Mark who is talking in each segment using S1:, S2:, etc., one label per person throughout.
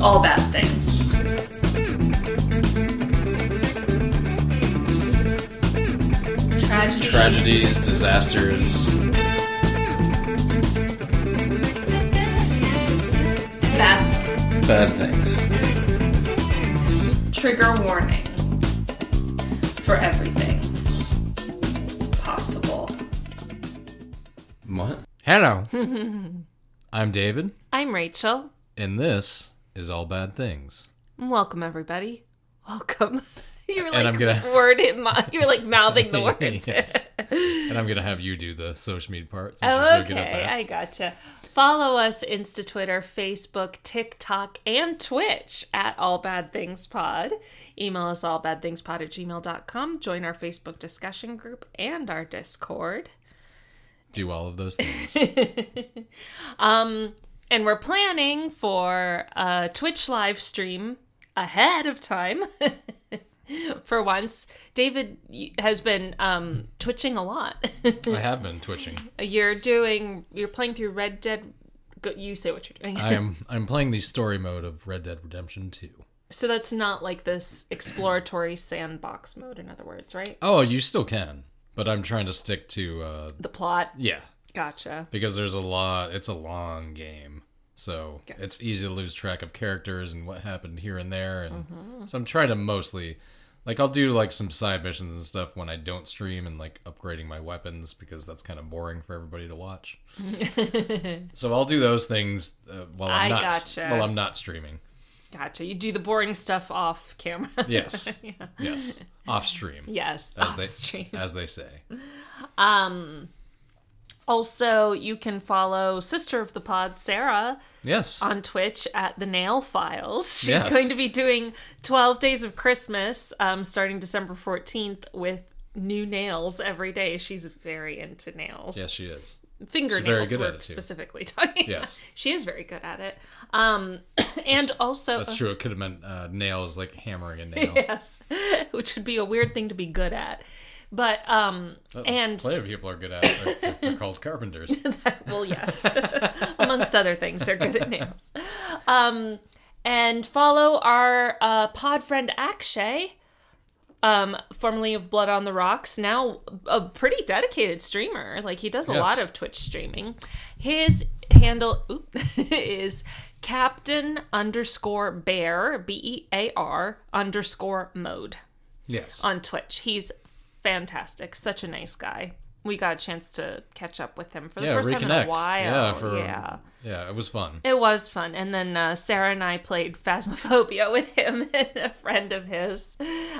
S1: all bad things. Tragedy.
S2: Tragedies, disasters,
S1: That's
S2: bad things.
S1: trigger warning for everything possible.
S2: What? Hello. I'm David,
S3: I'm Rachel.
S2: and this is All Bad Things.
S3: Welcome, everybody. Welcome. You're like
S2: And I'm gonna-
S3: word in my. You're like mouthing the words.
S2: Yes. And I'm going to have you do the social media part. Since
S3: oh,
S2: you're so good at
S3: okay.
S2: that.
S3: I gotcha. Follow us Insta, Twitter, Facebook, TikTok, and Twitch at All Bad Things Pod. Email us allbadthingspod at gmail.com. Join our Facebook discussion group and our Discord.
S2: Do all of those things.
S3: Um, and we're planning for a Twitch live stream ahead of time. for once, David y- has been um, twitching a lot.
S2: I have been twitching.
S3: you're doing, you're playing through Red Dead. Go, you say what you're doing.
S2: I am I'm playing the story mode of Red Dead Redemption 2.
S3: so that's not like this exploratory sandbox mode, in other words, right?
S2: Oh, you still can, but I'm trying to stick to uh
S3: The plot.
S2: yeah,
S3: Gotcha.
S2: because there's a lot it's a long game so it's easy to lose track of characters and what happened here and there and
S3: Mm-hmm.
S2: so i'm trying to mostly like i'll do like some side missions and stuff when i don't stream and like upgrading my weapons because that's kind of boring for everybody to watch so i'll do those things uh, while i'm
S3: I
S2: not s-
S3: gotcha.
S2: while i'm not streaming
S3: Gotcha. You do the boring stuff off camera.
S2: yes
S3: yeah.
S2: yes off stream
S3: Yes.
S2: as
S3: off
S2: they
S3: stream.
S2: as they say
S3: Um, also, you can follow Sister of the Pod, Sarah,
S2: yes
S3: on Twitch at The Nail Files. She's
S2: Yes.
S3: going to be doing 12 Days of Christmas um, starting December 14th with new nails every day. She's very into nails.
S2: yes she is
S3: Fingernails
S2: good at
S3: we're
S2: it, too.
S3: specifically talking
S2: Yes.
S3: about. She is very good at it. Um, and also...
S2: that's true it could have meant uh, nails like hammering a nail
S3: Yes, which would be a weird thing to be good at, but um, and
S2: plenty of people are good at it. They're, they're called carpenters.
S3: well, yes, amongst other things, they're good at nails. Um, and follow our uh, pod friend Akshay, um, formerly of Blood on the Rocks, now a pretty dedicated streamer. Like he does a
S2: Yes.
S3: lot of Twitch streaming. His handle oop, is Captain underscore Bear B E A R underscore Mode
S2: Yes.
S3: on Twitch. He's fantastic, such a nice guy. We got a chance to catch up with him for the
S2: yeah,
S3: first
S2: reconnect.
S3: time in a while.
S2: Yeah, for
S3: yeah.
S2: yeah, it was fun.
S3: It was fun. And then uh, Sarah and I played Phasmophobia with him and a friend of his.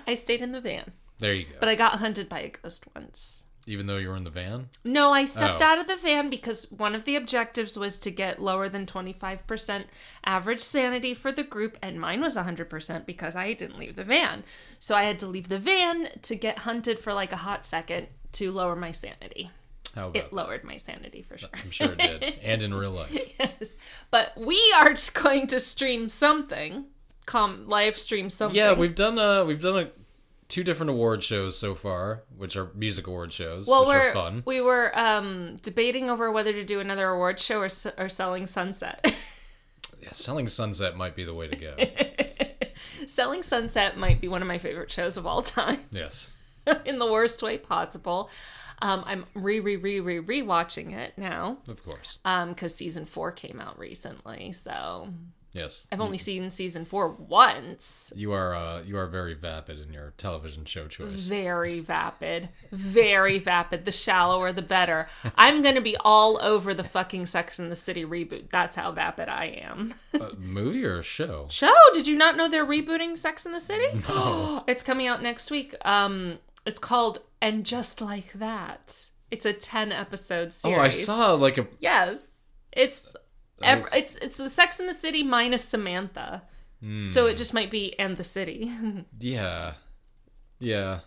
S3: I stayed in the van,
S2: There you go.
S3: but I got hunted by a ghost once.
S2: Even though you were in the van,
S3: No, I stepped
S2: Oh.
S3: out of the van because one of the objectives was to get lower than 25% average sanity for the group, and mine was 100% because I didn't leave the van. So I had to leave the van to get hunted for like a hot second to lower my sanity.
S2: how about?
S3: It lowered my sanity for sure.
S2: I'm sure it did, and in real life.
S3: Yes. But we are going to stream something, com- live stream something.
S2: Yeah, we've done uh we've done a two different award shows so far, which are music award shows,
S3: well,
S2: which
S3: we're
S2: are fun.
S3: we were um, debating over whether to do another award show or, s- or selling sunset.
S2: Yeah, Selling Sunset might be the way to go.
S3: selling sunset might be one of my favorite shows of all time,
S2: yes.
S3: in the worst way possible. Um, I'm re re re re re watching it now
S2: Of course.
S3: because season four came out recently. So
S2: Yes.
S3: I've only seen season four once.
S2: You are uh you are very vapid in your television show choice.
S3: very vapid very vapid the shallower the better i'm gonna be all over the fucking sex and the city reboot that's how vapid i am
S2: uh, movie or show?
S3: show did you not know they're rebooting sex and the city no. it's coming out next week um it's called and just like that it's a 10 episode series
S2: Oh, I saw like a
S3: yes it's ev- it's it's the sex and the city minus samantha
S2: Hmm.
S3: so it just might be and the city
S2: yeah. Yeah.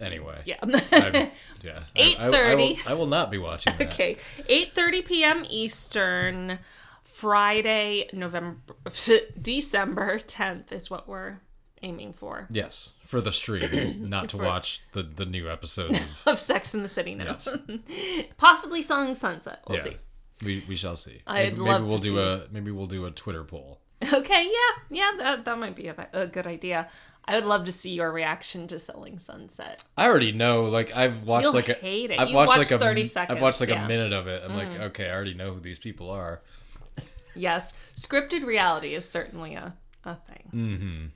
S2: Anyway.
S3: yeah
S2: I'm- yeah. I- I- I will-
S3: 8:30.
S2: I, will not be watching that.
S3: Okay, eight thirty p.m. Eastern, Friday, November, December tenth is what we're aiming for
S2: Yes, for the stream, not to watch the, the new episodes. Of,
S3: of Sex in the City. Now,
S2: yes,
S3: possibly Selling Sunset. We'll
S2: yeah.
S3: see.
S2: We we shall see.
S3: I'd
S2: maybe
S3: love
S2: we'll
S3: to
S2: do
S3: see.
S2: a maybe we'll do a Twitter poll.
S3: Okay, yeah, yeah, that, that might be a, a good idea. I would love to see your reaction to Selling Sunset.
S2: I already know. Like I've watched
S3: You'll
S2: like a,
S3: hate it.
S2: have
S3: You
S2: watched
S3: watched
S2: like a
S3: 30
S2: I've watched
S3: seconds,
S2: like
S3: yeah. Mm.
S2: a minute of it. I'm like, okay, I already know who these people are.
S3: Yes, scripted reality is certainly a, a thing.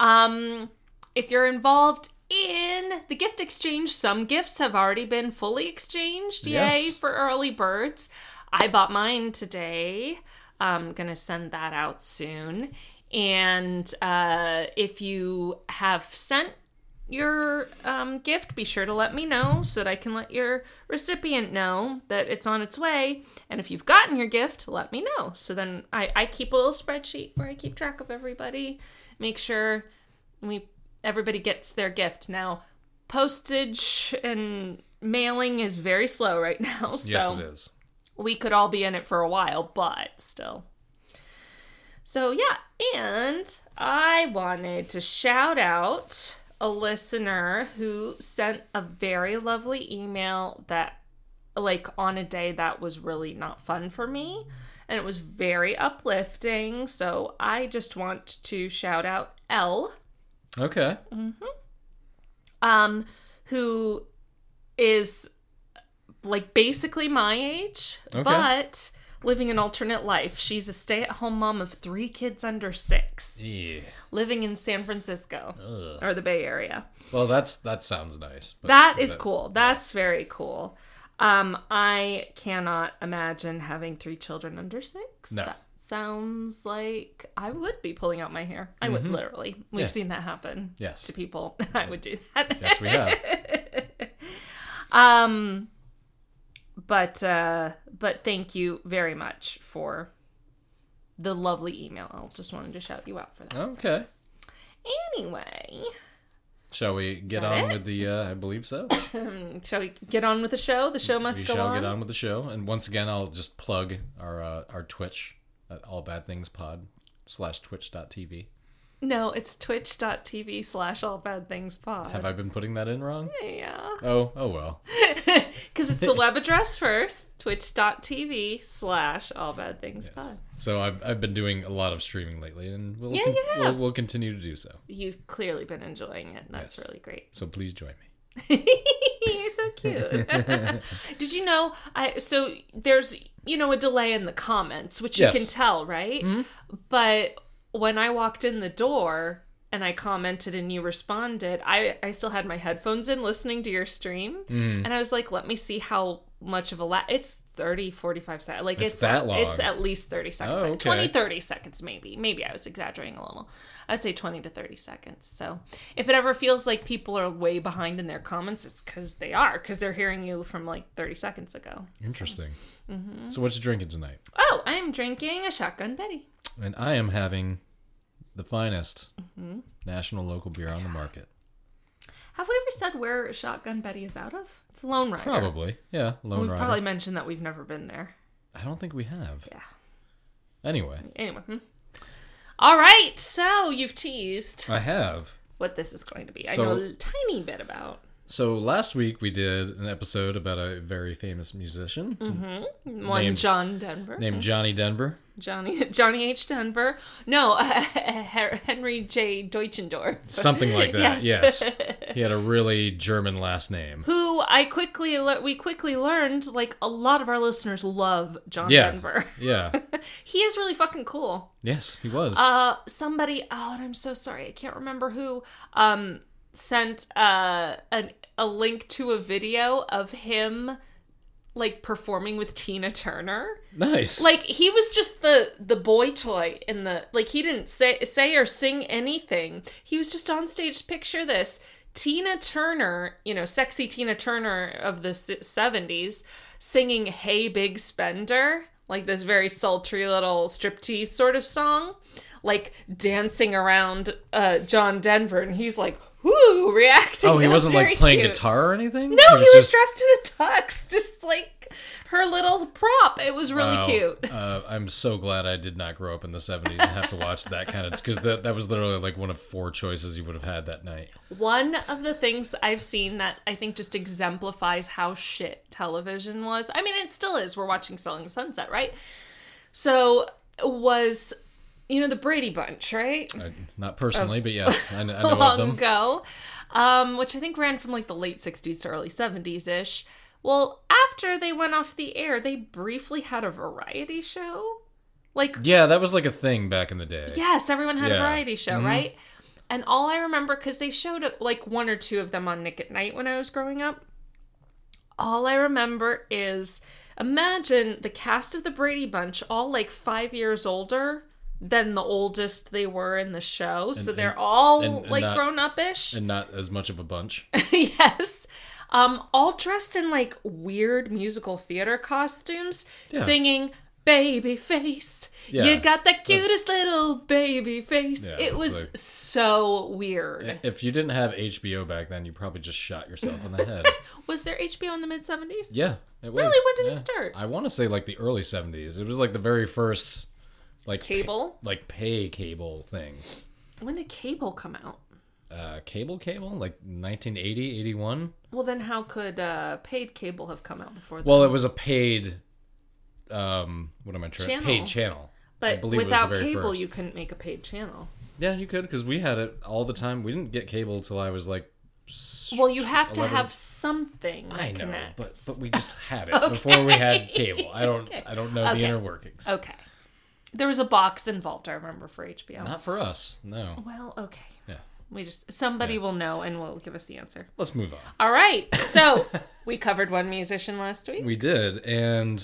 S3: Um, if you're involved in the gift exchange, some gifts have already been fully exchanged. Yay
S2: Yes.
S3: for early birds. I bought mine today. I'm going to send that out soon. And uh, if you have sent your um, gift, be sure to let me know so that I can let your recipient know that it's on its way. And if you've gotten your gift, let me know. So then I, I keep a little spreadsheet where I keep track of everybody, make sure we everybody gets their gift. Now, postage and mailing is very slow right now, so
S2: Yes, it is.
S3: we could all be in it for a while, but still. So, yeah, and I wanted to shout out a listener who sent a very lovely email that, like, on a day that was really not fun for me. And it was very uplifting. So, I just want to shout out Elle
S2: Okay.
S3: Mm. um, who is like basically my age,
S2: Okay.
S3: but living an alternate life. She's a stay at home mom of three kids under six,
S2: Yeah.
S3: living in San Francisco
S2: Ugh.
S3: or the Bay Area.
S2: Well, that's that sounds nice. But
S3: That is
S2: but-
S3: cool. That's very cool. Um, I cannot imagine having three children under six.
S2: No.
S3: That sounds like I would be pulling out my hair. I would literally. We've
S2: Mm-hmm. Yeah.
S3: seen that happen
S2: Yes.
S3: to people. I would do that.
S2: Yes, we have.
S3: Um but uh but thank you very much for the lovely email. I'll just wanted to shout you out for that.
S2: Okay. Oh.
S3: Anyway,
S2: Shall we get
S3: that
S2: on
S3: it?
S2: with the? Uh, I believe so.
S3: shall we get on with the show? The show must
S2: we
S3: go
S2: shall
S3: on.
S2: get on with the show. And once again, I'll just plug our uh, our Twitch at All Bad Things Pod slash twitch.tv.
S3: No, it's twitch.tv slash all bad things pod.
S2: Have I been putting that in wrong?
S3: Yeah.
S2: Oh, oh well.
S3: Because it's the web address first, twitch.tv slash all bad things pod.
S2: So I've I've been doing a lot of streaming lately, and we'll
S3: Yeah,
S2: con-
S3: you have.
S2: we'll, we'll continue to do so.
S3: You've clearly been enjoying it. and That's
S2: Yes.
S3: really great.
S2: So please join me.
S3: You're so cute. Did you know? I so there's you know a delay in the comments, which
S2: Yes. Mm-hmm.
S3: you can tell, right? But when I walked in the door and I commented and you responded, I I still had my headphones in listening to your stream,
S2: Mm.
S3: and I was like, let me see how much of a la- it's 30 45 seconds like it's,
S2: It's that long.
S3: it's at least 30 seconds
S2: Oh,
S3: Like,
S2: okay.
S3: 20 30 seconds maybe maybe i was exaggerating a little i'd say 20 to 30 seconds so if it ever feels like people are way behind in their comments it's because they are because they're hearing you from like 30 seconds ago
S2: Interesting.
S3: Mm-hmm.
S2: So what you drinking tonight?
S3: oh i am drinking a shotgun betty
S2: And I am having the finest
S3: Mm-hmm.
S2: national local beer on the market.
S3: have we ever said where shotgun betty is out of it's lone rider
S2: Probably, yeah. Lone
S3: we've
S2: Rider.
S3: probably mentioned that we've never been there
S2: I don't think we have.
S3: Yeah.
S2: Anyway,
S3: anyway hmm. all right so you've teased
S2: I have.
S3: what this is going to be i
S2: So-
S3: know a little tiny bit about
S2: So last week we did an episode about a very famous musician
S3: Mm-hmm. one
S2: Named-
S3: john denver
S2: named Johnny Denver.
S3: Johnny Johnny H. Denver. No, uh, Henry J. Deutschendorf.
S2: Something like that.
S3: Yes.
S2: yes. He had a really German last name.
S3: Who I quickly le- we quickly learned like a lot of our listeners love John
S2: Yeah.
S3: Denver.
S2: Yeah.
S3: he is really fucking cool.
S2: Yes, he was.
S3: Uh, somebody. Oh, and I'm so sorry. I can't remember who. Um, sent uh an, a link to a video of him like performing with Tina Turner.
S2: nice.
S3: like he was just the the boy toy in the like he didn't say say or sing anything he was just on stage picture this tina turner you know sexy tina turner of the s- 70s singing hey big spender like this very sultry little striptease sort of song like dancing around uh john denver and he's like whoo reacting
S2: oh, he
S3: It was
S2: wasn't like
S3: very
S2: playing
S3: cute.
S2: guitar or anything?
S3: No, he was,
S2: just-
S3: dressed in a tux, just like her little prop. It was really
S2: Wow.
S3: cute.
S2: Uh, I'm so glad I did not grow up in the 70s and have to watch that kind of because that that was literally like one of four choices you would have had that night.
S3: One of the things I've seen that I think just exemplifies how shit television was. I mean, it still is. We're watching Selling Sunset, right? So was you know the Brady Bunch, right?
S2: I, not personally, but yes, I, kn- I know of
S3: long
S2: them.
S3: ago, um, which I think ran from like the late 60s to early 70s ish. Well, after they went off the air, they briefly had a variety show. Like,
S2: Yeah, that was like a thing back in the day.
S3: yes, everyone had a
S2: Yeah. Mm-hmm.
S3: variety show, right? And all I remember, because they showed uh, like one or two of them on Nick at Night when I was growing up, all I remember is imagine the cast of the Brady Bunch, all like five years older than the oldest they were in the show. so
S2: and-
S3: they're all
S2: and- and
S3: like
S2: not-
S3: grown up ish.
S2: And not as much of a bunch.
S3: yes. Um, all dressed in like weird musical theater costumes,
S2: Yeah.
S3: singing "Baby Face."
S2: Yeah,
S3: you got the cutest little baby face.
S2: Yeah,
S3: it
S2: it's
S3: was
S2: like-
S3: so weird.
S2: if you didn't have HBO back then, you probably just shot yourself in the head.
S3: was there HBO in the mid seventies?
S2: Yeah, it was.
S3: Really? When did it
S2: yeah.
S3: start?
S2: I want to say like the early '70s. It was like the very first, like pa-
S3: Cable?
S2: like pay cable thing.
S3: When did cable come out?
S2: Uh, cable, cable, like 1980, 81.
S3: Well, then how could uh, paid cable have come out before that?
S2: Well, it was a paid, um, what am I trying?
S3: Channel.
S2: Paid channel. I
S3: but
S2: believe
S3: without
S2: it was the very
S3: cable,
S2: first.
S3: you couldn't make a paid channel.
S2: Yeah, you could because we had it all the time. We didn't get cable till I was like.
S3: Well, you have to
S2: 11.
S3: have something. That
S2: I know,
S3: connects.
S2: but but we just had it before we had cable. I don't I don't know
S3: Okay.
S2: the inner workings.
S3: okay, there was a box involved. I remember for HBO.
S2: Not for us, no.
S3: Well, okay.
S2: Yeah,
S3: We just somebody
S2: Yeah.
S3: will know and will give us the answer.
S2: let's move on.
S3: All right. So we covered one musician last week.
S2: We did, and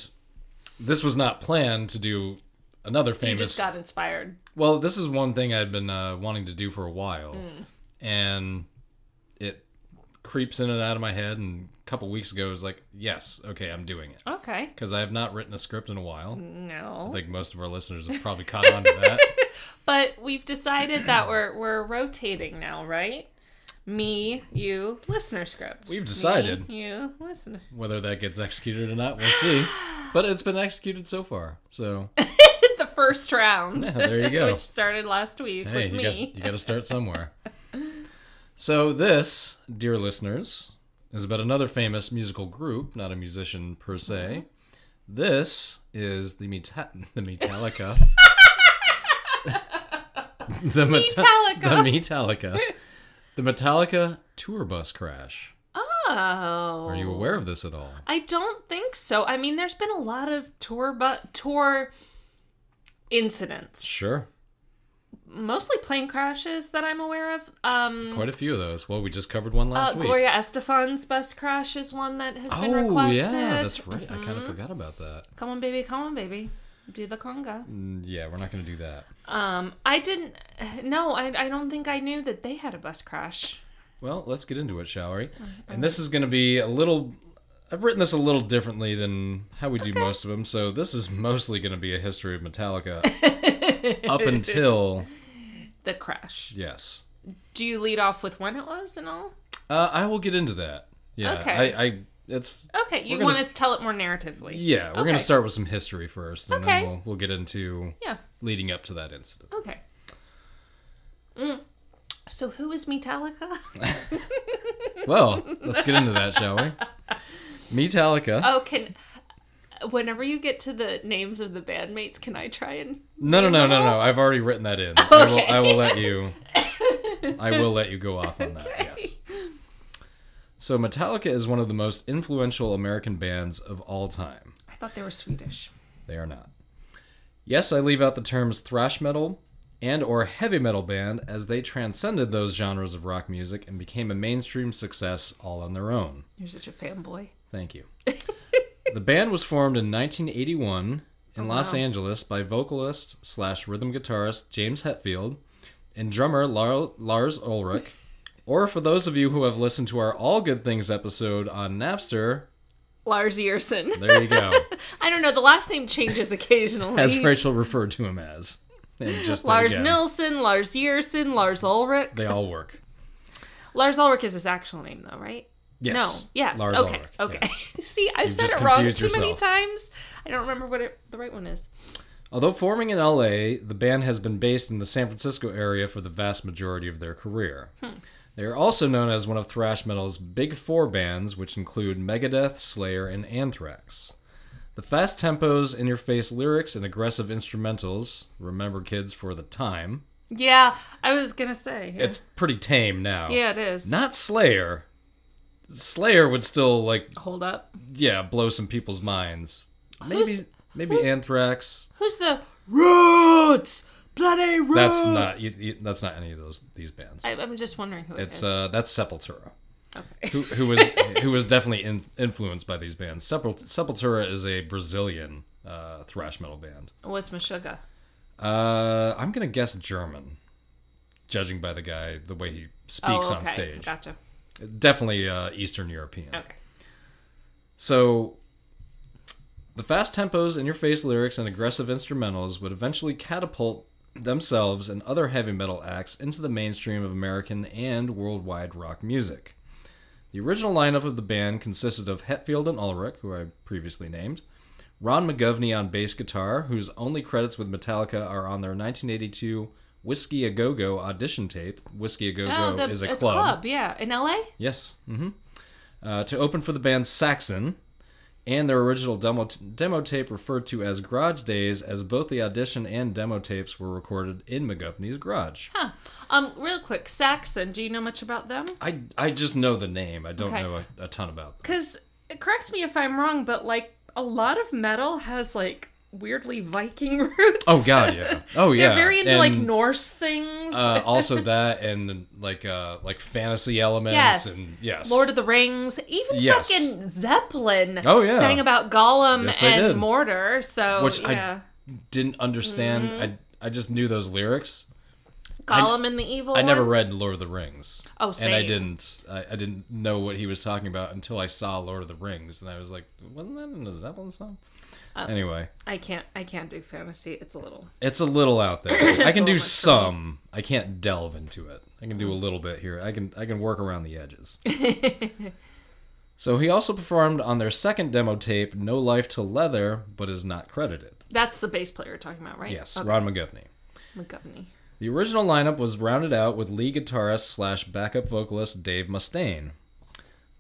S2: this was not planned to do another
S3: You
S2: famous.
S3: just got inspired.
S2: well, this is one thing I'd been uh, wanting to do for a while,
S3: Mm.
S2: and it creeps in and out of my head. And a couple weeks ago, I was like, "Yes, okay, I'm doing it,"
S3: Okay.
S2: because I have not written a script in a while.
S3: No.
S2: I think most of our listeners have probably caught on to that.
S3: but we've decided that we're we're rotating now, right? Me, you, listener script.
S2: We've decided.
S3: Me, you, listener.
S2: Whether that gets executed or not, we'll see. But it's been executed so far, so
S3: The first round.
S2: Yeah, there you go.
S3: which started last week
S2: Hey,
S3: with
S2: you
S3: me.
S2: got you got to start somewhere. so this, dear listeners, is about another famous musical group, not a musician per se. This is the Meta- the Metallica. the Meta-
S3: Metallica.
S2: The Metallica. The Metallica tour bus crash.
S3: Oh.
S2: Are you aware of this at all?
S3: I don't think so. I mean, there's been a lot of tour but tour incidents.
S2: Sure.
S3: mostly plane crashes that I'm aware of. Um,
S2: Quite a few of those. Well, we just covered one
S3: uh,
S2: last week.
S3: Gloria Estefan's bus crash is one that has been
S2: oh,
S3: requested. Mm-hmm.
S2: yeah, that's right. I kind of forgot about that.
S3: Come on, baby, come on, baby, do the conga.
S2: Mm, Yeah, we're not going to do that.
S3: Um, I didn't. No, I, I don't think I knew that they had a bus crash.
S2: Well, let's get into it, shall we? And this is going to be a little. I've written this a little differently than how we do most of them, so this is mostly going to be a history of Metallica up until
S3: The crash.
S2: yes.
S3: Do you lead off with when it was and all?
S2: Uh, I will get into that. Yeah,
S3: Okay.
S2: I, I it's
S3: Okay, you
S2: gonna
S3: want to
S2: s-
S3: tell it more narratively.
S2: yeah. We're going
S3: Okay.
S2: to start with some history first, and
S3: Okay.
S2: then we'll we'll get into
S3: Yeah.
S2: leading up to that incident.
S3: Okay. Mm. So who is Metallica?
S2: Well, let's get into that, shall we? Metallica.
S3: Oh, can whenever you get to the names of the bandmates, can I try and
S2: No, no, no, no, no. I've already written that in. I will,
S3: Okay.
S2: I will let you. I will let you go off on that. Yes. So Metallica is one of the most influential American bands of all time.
S3: I thought they were Swedish.
S2: They are not. Yes, I leave out the terms thrash metal and or heavy metal band as they transcended those genres of rock music and became a mainstream success all on their own.
S3: You're such a fanboy.
S2: Thank you. the band was formed in 1981 in Los Angeles by vocalist slash rhythm guitarist James Hetfield and drummer Lar- Lars Ulrich. or for those of you who have listened to our All Good Things episode on Napster,
S3: Lars Earson.
S2: there you go,
S3: I don't know, the last name changes occasionally.
S2: as Rachel referred to him as. And just
S3: Lars
S2: again,
S3: Nilsson, Lars Earson, Lars Ulrich.
S2: They all work.
S3: Lars Ulrich is his actual name though, right?
S2: Yes.
S3: No. Yes.
S2: Lars
S3: okay.
S2: Ulrich,
S3: Okay.
S2: yes.
S3: See, I've said
S2: just
S3: it wrong too
S2: confused
S3: many
S2: yourself.
S3: times. I don't remember what it, the right one is.
S2: Although forming in LA, the band has been based in the San Francisco area for the vast majority of their career.
S3: Hmm.
S2: They are also known as one of thrash metal's big four bands, which include Megadeth, Slayer, and Anthrax. The fast tempos, in your face lyrics, and aggressive instrumentals, remember kids for the time.
S3: Yeah, I was gonna say. Yeah,
S2: It's pretty tame now.
S3: yeah it is.
S2: Not Slayer. Slayer would still, like,
S3: Hold up.
S2: yeah, blow some people's minds. Maybe,
S3: Who's-
S2: maybe
S3: who's-
S2: Anthrax.
S3: Who's the Roots? Bloody Roots.
S2: That's not you, you- that's not any of those these bands.
S3: I, I'm just wondering who
S2: it's
S3: it is.
S2: uh that's Sepultura.
S3: Okay.
S2: Who, who was who was definitely in, influenced by these bands. Sepul- Sepultura is a Brazilian uh, thrash metal band.
S3: What's Meshuggah?
S2: Uh, I'm gonna guess German, judging by the guy the way he speaks
S3: oh, okay.
S2: on stage.
S3: Gotcha.
S2: Definitely uh, Eastern European.
S3: Okay.
S2: So, the fast tempos, in your face lyrics, and aggressive instrumentals would eventually catapult themselves and other heavy metal acts into the mainstream of American and worldwide rock music. The original lineup of the band consisted of Hetfield and Ulrich, who I previously named, Ron McGovney on bass guitar, whose only credits with Metallica are on their 1982 Whiskey a Go Go audition tape. Whiskey a Go
S3: Oh,
S2: Go
S3: the,
S2: is
S3: it's a club. Yeah, in L.A.
S2: Yes. hmm Uh, to open for the band Saxon and their original demo, demo tape referred to as Garage Days, as both the audition and demo tapes were recorded in McGovney's garage.
S3: Huh. Um, real quick, Saxon. Do you know much about them?
S2: I, I just know the name. I don't
S3: Okay.
S2: know a, a ton about them.
S3: Because correct me if I'm wrong, but like a lot of metal has like weirdly Viking roots.
S2: Oh, God, yeah. Oh, yeah.
S3: They're very into like
S2: And,
S3: Norse things.
S2: uh, also that and like uh, like fantasy elements
S3: Yes.
S2: and yes
S3: Lord of the Rings, even
S2: Yes.
S3: fucking Zeppelin
S2: Oh, yeah.
S3: sang about Gollum
S2: Yes, they
S3: and
S2: did.
S3: Mortar. So
S2: Which I-
S3: yeah.
S2: didn't understand
S3: Mm-hmm.
S2: I I just knew those lyrics
S3: Gollum and the Evil.
S2: I never
S3: One.
S2: read Lord of the Rings.
S3: Oh,
S2: And I
S3: same.
S2: didn't. I, I didn't know what he was talking about until I saw Lord of the Rings, and I was like, "Wasn't that in a Zeppelin song?"
S3: Oh.
S2: anyway,
S3: I can't. I can't do fantasy. It's a little.
S2: it's a little out there. I can do
S3: much Mm. for me.
S2: some. I can't delve into it. I can do a little bit here. I can I can work around the edges. so he also performed on their second demo tape, "No Life to Leather," but is not credited.
S3: That's the bass player you're talking about, right?
S2: Yes,
S3: Okay.
S2: Ron McGovney.
S3: McGovney.
S2: The original lineup was rounded out with lead guitarist slash backup vocalist Dave Mustaine.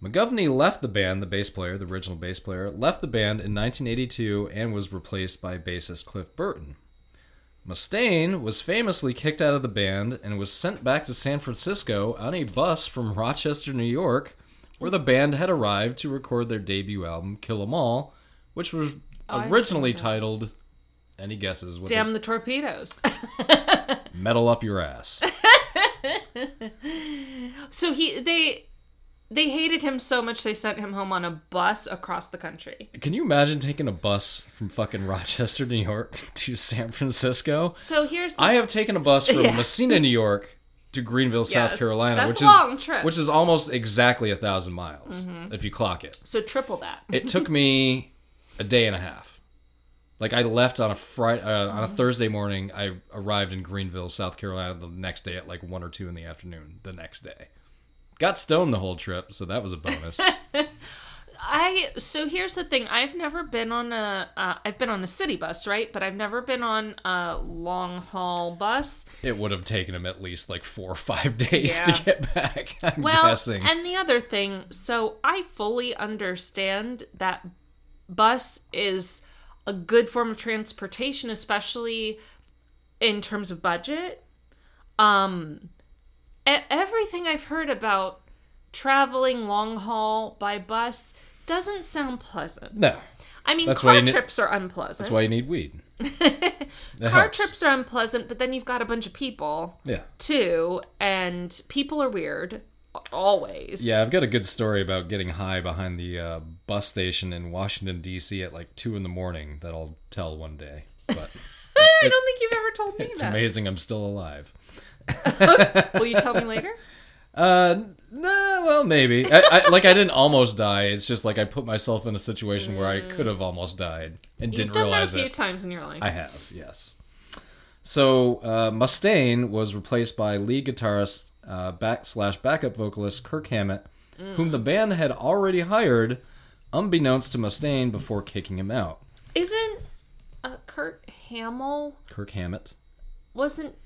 S2: McGovney left the band, the bass player, the original bass player, left the band in 1982 and was replaced by bassist Cliff Burton. Mustaine was famously kicked out of the band and was sent back to San Francisco on a bus from Rochester, New York, where the band had arrived to record their debut album, Kill 'Em All, which was
S3: Oh, I
S2: originally titled, any guesses what the
S3: Damn the torpedoes.
S2: Metal Up Your Ass.
S3: so he they they hated him so much they sent him home on a bus across the country.
S2: Can you imagine taking a bus from fucking Rochester, New York to San Francisco?
S3: So here's the
S2: I have taken a bus from
S3: Yeah.
S2: Messina, New York to Greenville, South
S3: Yes,
S2: Carolina,
S3: that's
S2: which
S3: a
S2: is
S3: long trip. Mm-hmm.
S2: which is almost exactly a thousand miles if you clock it.
S3: so triple that.
S2: It took me a day and a half. Like I left on a Friday uh, on a
S3: Mm-hmm.
S2: Thursday morning. I arrived in Greenville, South Carolina the next day at like 1 or 2 in the afternoon the next day. Got stoned the whole trip, so that was a bonus.
S3: I so here's the thing. I've never been on a uh, I've been on a city bus, right? But I've never been on a long haul bus.
S2: it would have taken him at least like four or five days
S3: Yeah.
S2: to get back. I'm
S3: Well,
S2: guessing.
S3: and the other thing, so I fully understand that bus is a good form of transportation, especially in terms of budget. Um, e- everything I've heard about traveling long haul by bus doesn't sound pleasant.
S2: no,
S3: I mean,
S2: That's why
S3: car
S2: you ne-
S3: trips are unpleasant.
S2: that's why you need weed. That
S3: car
S2: helps.
S3: trips are unpleasant, but then you've got a bunch of people
S2: Yeah,
S3: too, and people are weird al- always.
S2: yeah. I've got a good story about getting high behind the uh, bus station in Washington D.C. at like two in the morning that I'll tell one day. But
S3: I don't think you've ever told me
S2: it's
S3: that.
S2: amazing I'm still alive.
S3: Will you tell me later?
S2: Uh, nah, well, maybe. I, I, like I didn't almost die. It's just like I put myself in a situation where I could have almost died and
S3: Mm. You've
S2: didn't
S3: done that a
S2: realize
S3: few
S2: it.
S3: times in your life.
S2: I have, yes. So uh, Mustaine was replaced by lead guitarist uh, backslash backup vocalist Kirk Hammett, whom the band had already hired, unbeknownst to Mustaine, before kicking him out.
S3: Isn't uh, Kurt Hamill
S2: Kirk Hammett,
S3: wasn't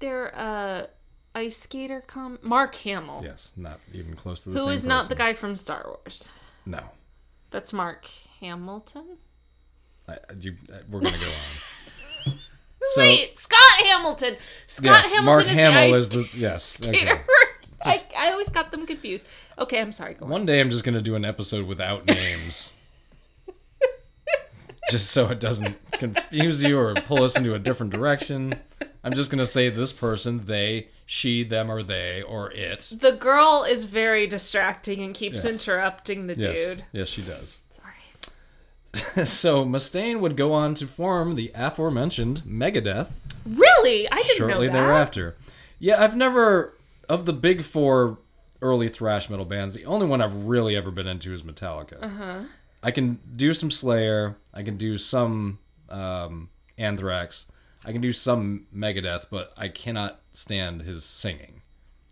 S3: there a ice skater com Mark Hamill,
S2: yes, not even close to the
S3: who
S2: same
S3: is not the
S2: person.
S3: guy from Star Wars?
S2: No,
S3: That's Mark Hamilton.
S2: I, you, I- we're gonna go on. So
S3: Wait, Scott Hamilton. Scott
S2: yes,
S3: Hamilton
S2: Mark
S3: is
S2: Hamill
S3: the ice
S2: is the yes.
S3: skater.
S2: Okay.
S3: I, I always got them confused. Okay, I'm sorry. Go on.
S2: One day I'm just gonna do an episode without names, just so it doesn't confuse you or pull us into a different direction. I'm just gonna say this person, they, she, them, or they, or it.
S3: The girl is very distracting and keeps
S2: Yes.
S3: interrupting the
S2: Yes,
S3: dude.
S2: yes, she does.
S3: Sorry.
S2: so Mustaine would go on to form the aforementioned Megadeth.
S3: Really? I didn't
S2: shortly
S3: know that.
S2: thereafter. Yeah, I've never of the big four early thrash metal bands. The only one I've really ever been into is Metallica.
S3: Uh-huh.
S2: I can do some Slayer. I can do some um, Anthrax. I can do some Megadeth, but I cannot stand his singing.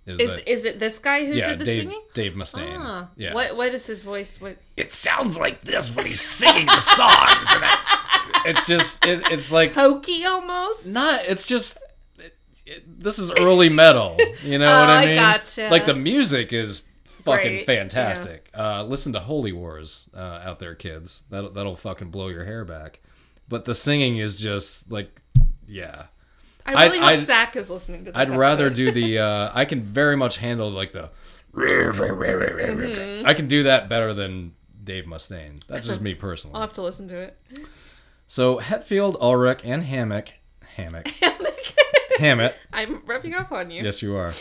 S3: Is
S2: the-
S3: is it this guy who
S2: yeah,
S3: did the
S2: Dave,
S3: singing?
S2: Dave Mustaine.
S3: Huh.
S2: Yeah.
S3: What what is his voice? What
S2: It sounds like this when he's singing the songs. And I- it's just, it, it's like
S3: hokey almost?
S2: not it's just it- it- this is early metal you know what
S3: Oh,
S2: i
S3: I
S2: mean
S3: gotcha.
S2: like the music is fucking
S3: Great,
S2: fantastic uh, listen to holy wars uh, out there kids that'll, that'll fucking blow your hair back but the singing is just like yeah
S3: I really
S2: I'd-
S3: hope
S2: I'd-
S3: Zach is listening to this.
S2: i'd rather
S3: episode.
S2: do the uh, i can very much handle like the
S3: Mm-hmm.
S2: i can do that better than dave mustaine that's just me personally
S3: I'll have to listen to it.
S2: so hetfield ulrich and hammock hammock hammett
S3: I'm rubbing off on you.
S2: Yes, you are.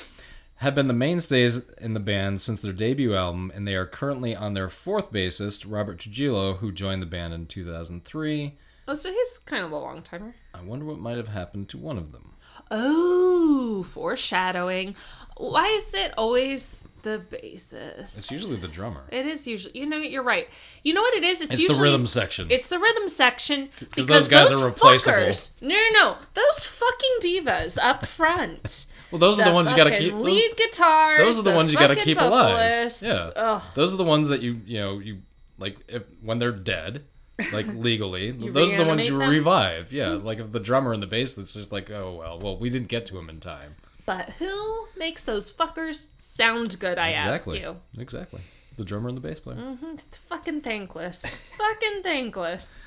S2: Have been the mainstays in the band since their debut album, and they are currently on their fourth bassist, Robert Trujillo, who joined the band in 2003.
S3: Oh, so he's kind of a long timer.
S2: I wonder what might have happened to one of them.
S3: Oh, foreshadowing. Why is it always the basis?
S2: It's usually the drummer.
S3: It is usually. You know, you're right. You know what it is? It's,
S2: It's
S3: usually
S2: the rhythm section.
S3: It's the rhythm section because
S2: those guys are replaceable.
S3: fuckers- no, no, no. Those fucking divas up front.
S2: well, those are the ones you got to
S3: fucking
S2: keep. Those,
S3: Lead guitar.
S2: those are the, ones you got to keep alive.
S3: vocalists.
S2: Yeah,
S3: Ugh.
S2: those are the ones that you you know you like if when they're dead. Like legally, those are the
S3: reanimate
S2: ones you
S3: them? Mm.
S2: revive. Yeah, like if the drummer and the bass, that's just like, oh well, well we didn't get to him in time.
S3: But who makes those fuckers sound good? I
S2: Exactly.
S3: ask you.
S2: Exactly. The drummer and the bass player.
S3: Mm. Fucking thankless. fucking thankless.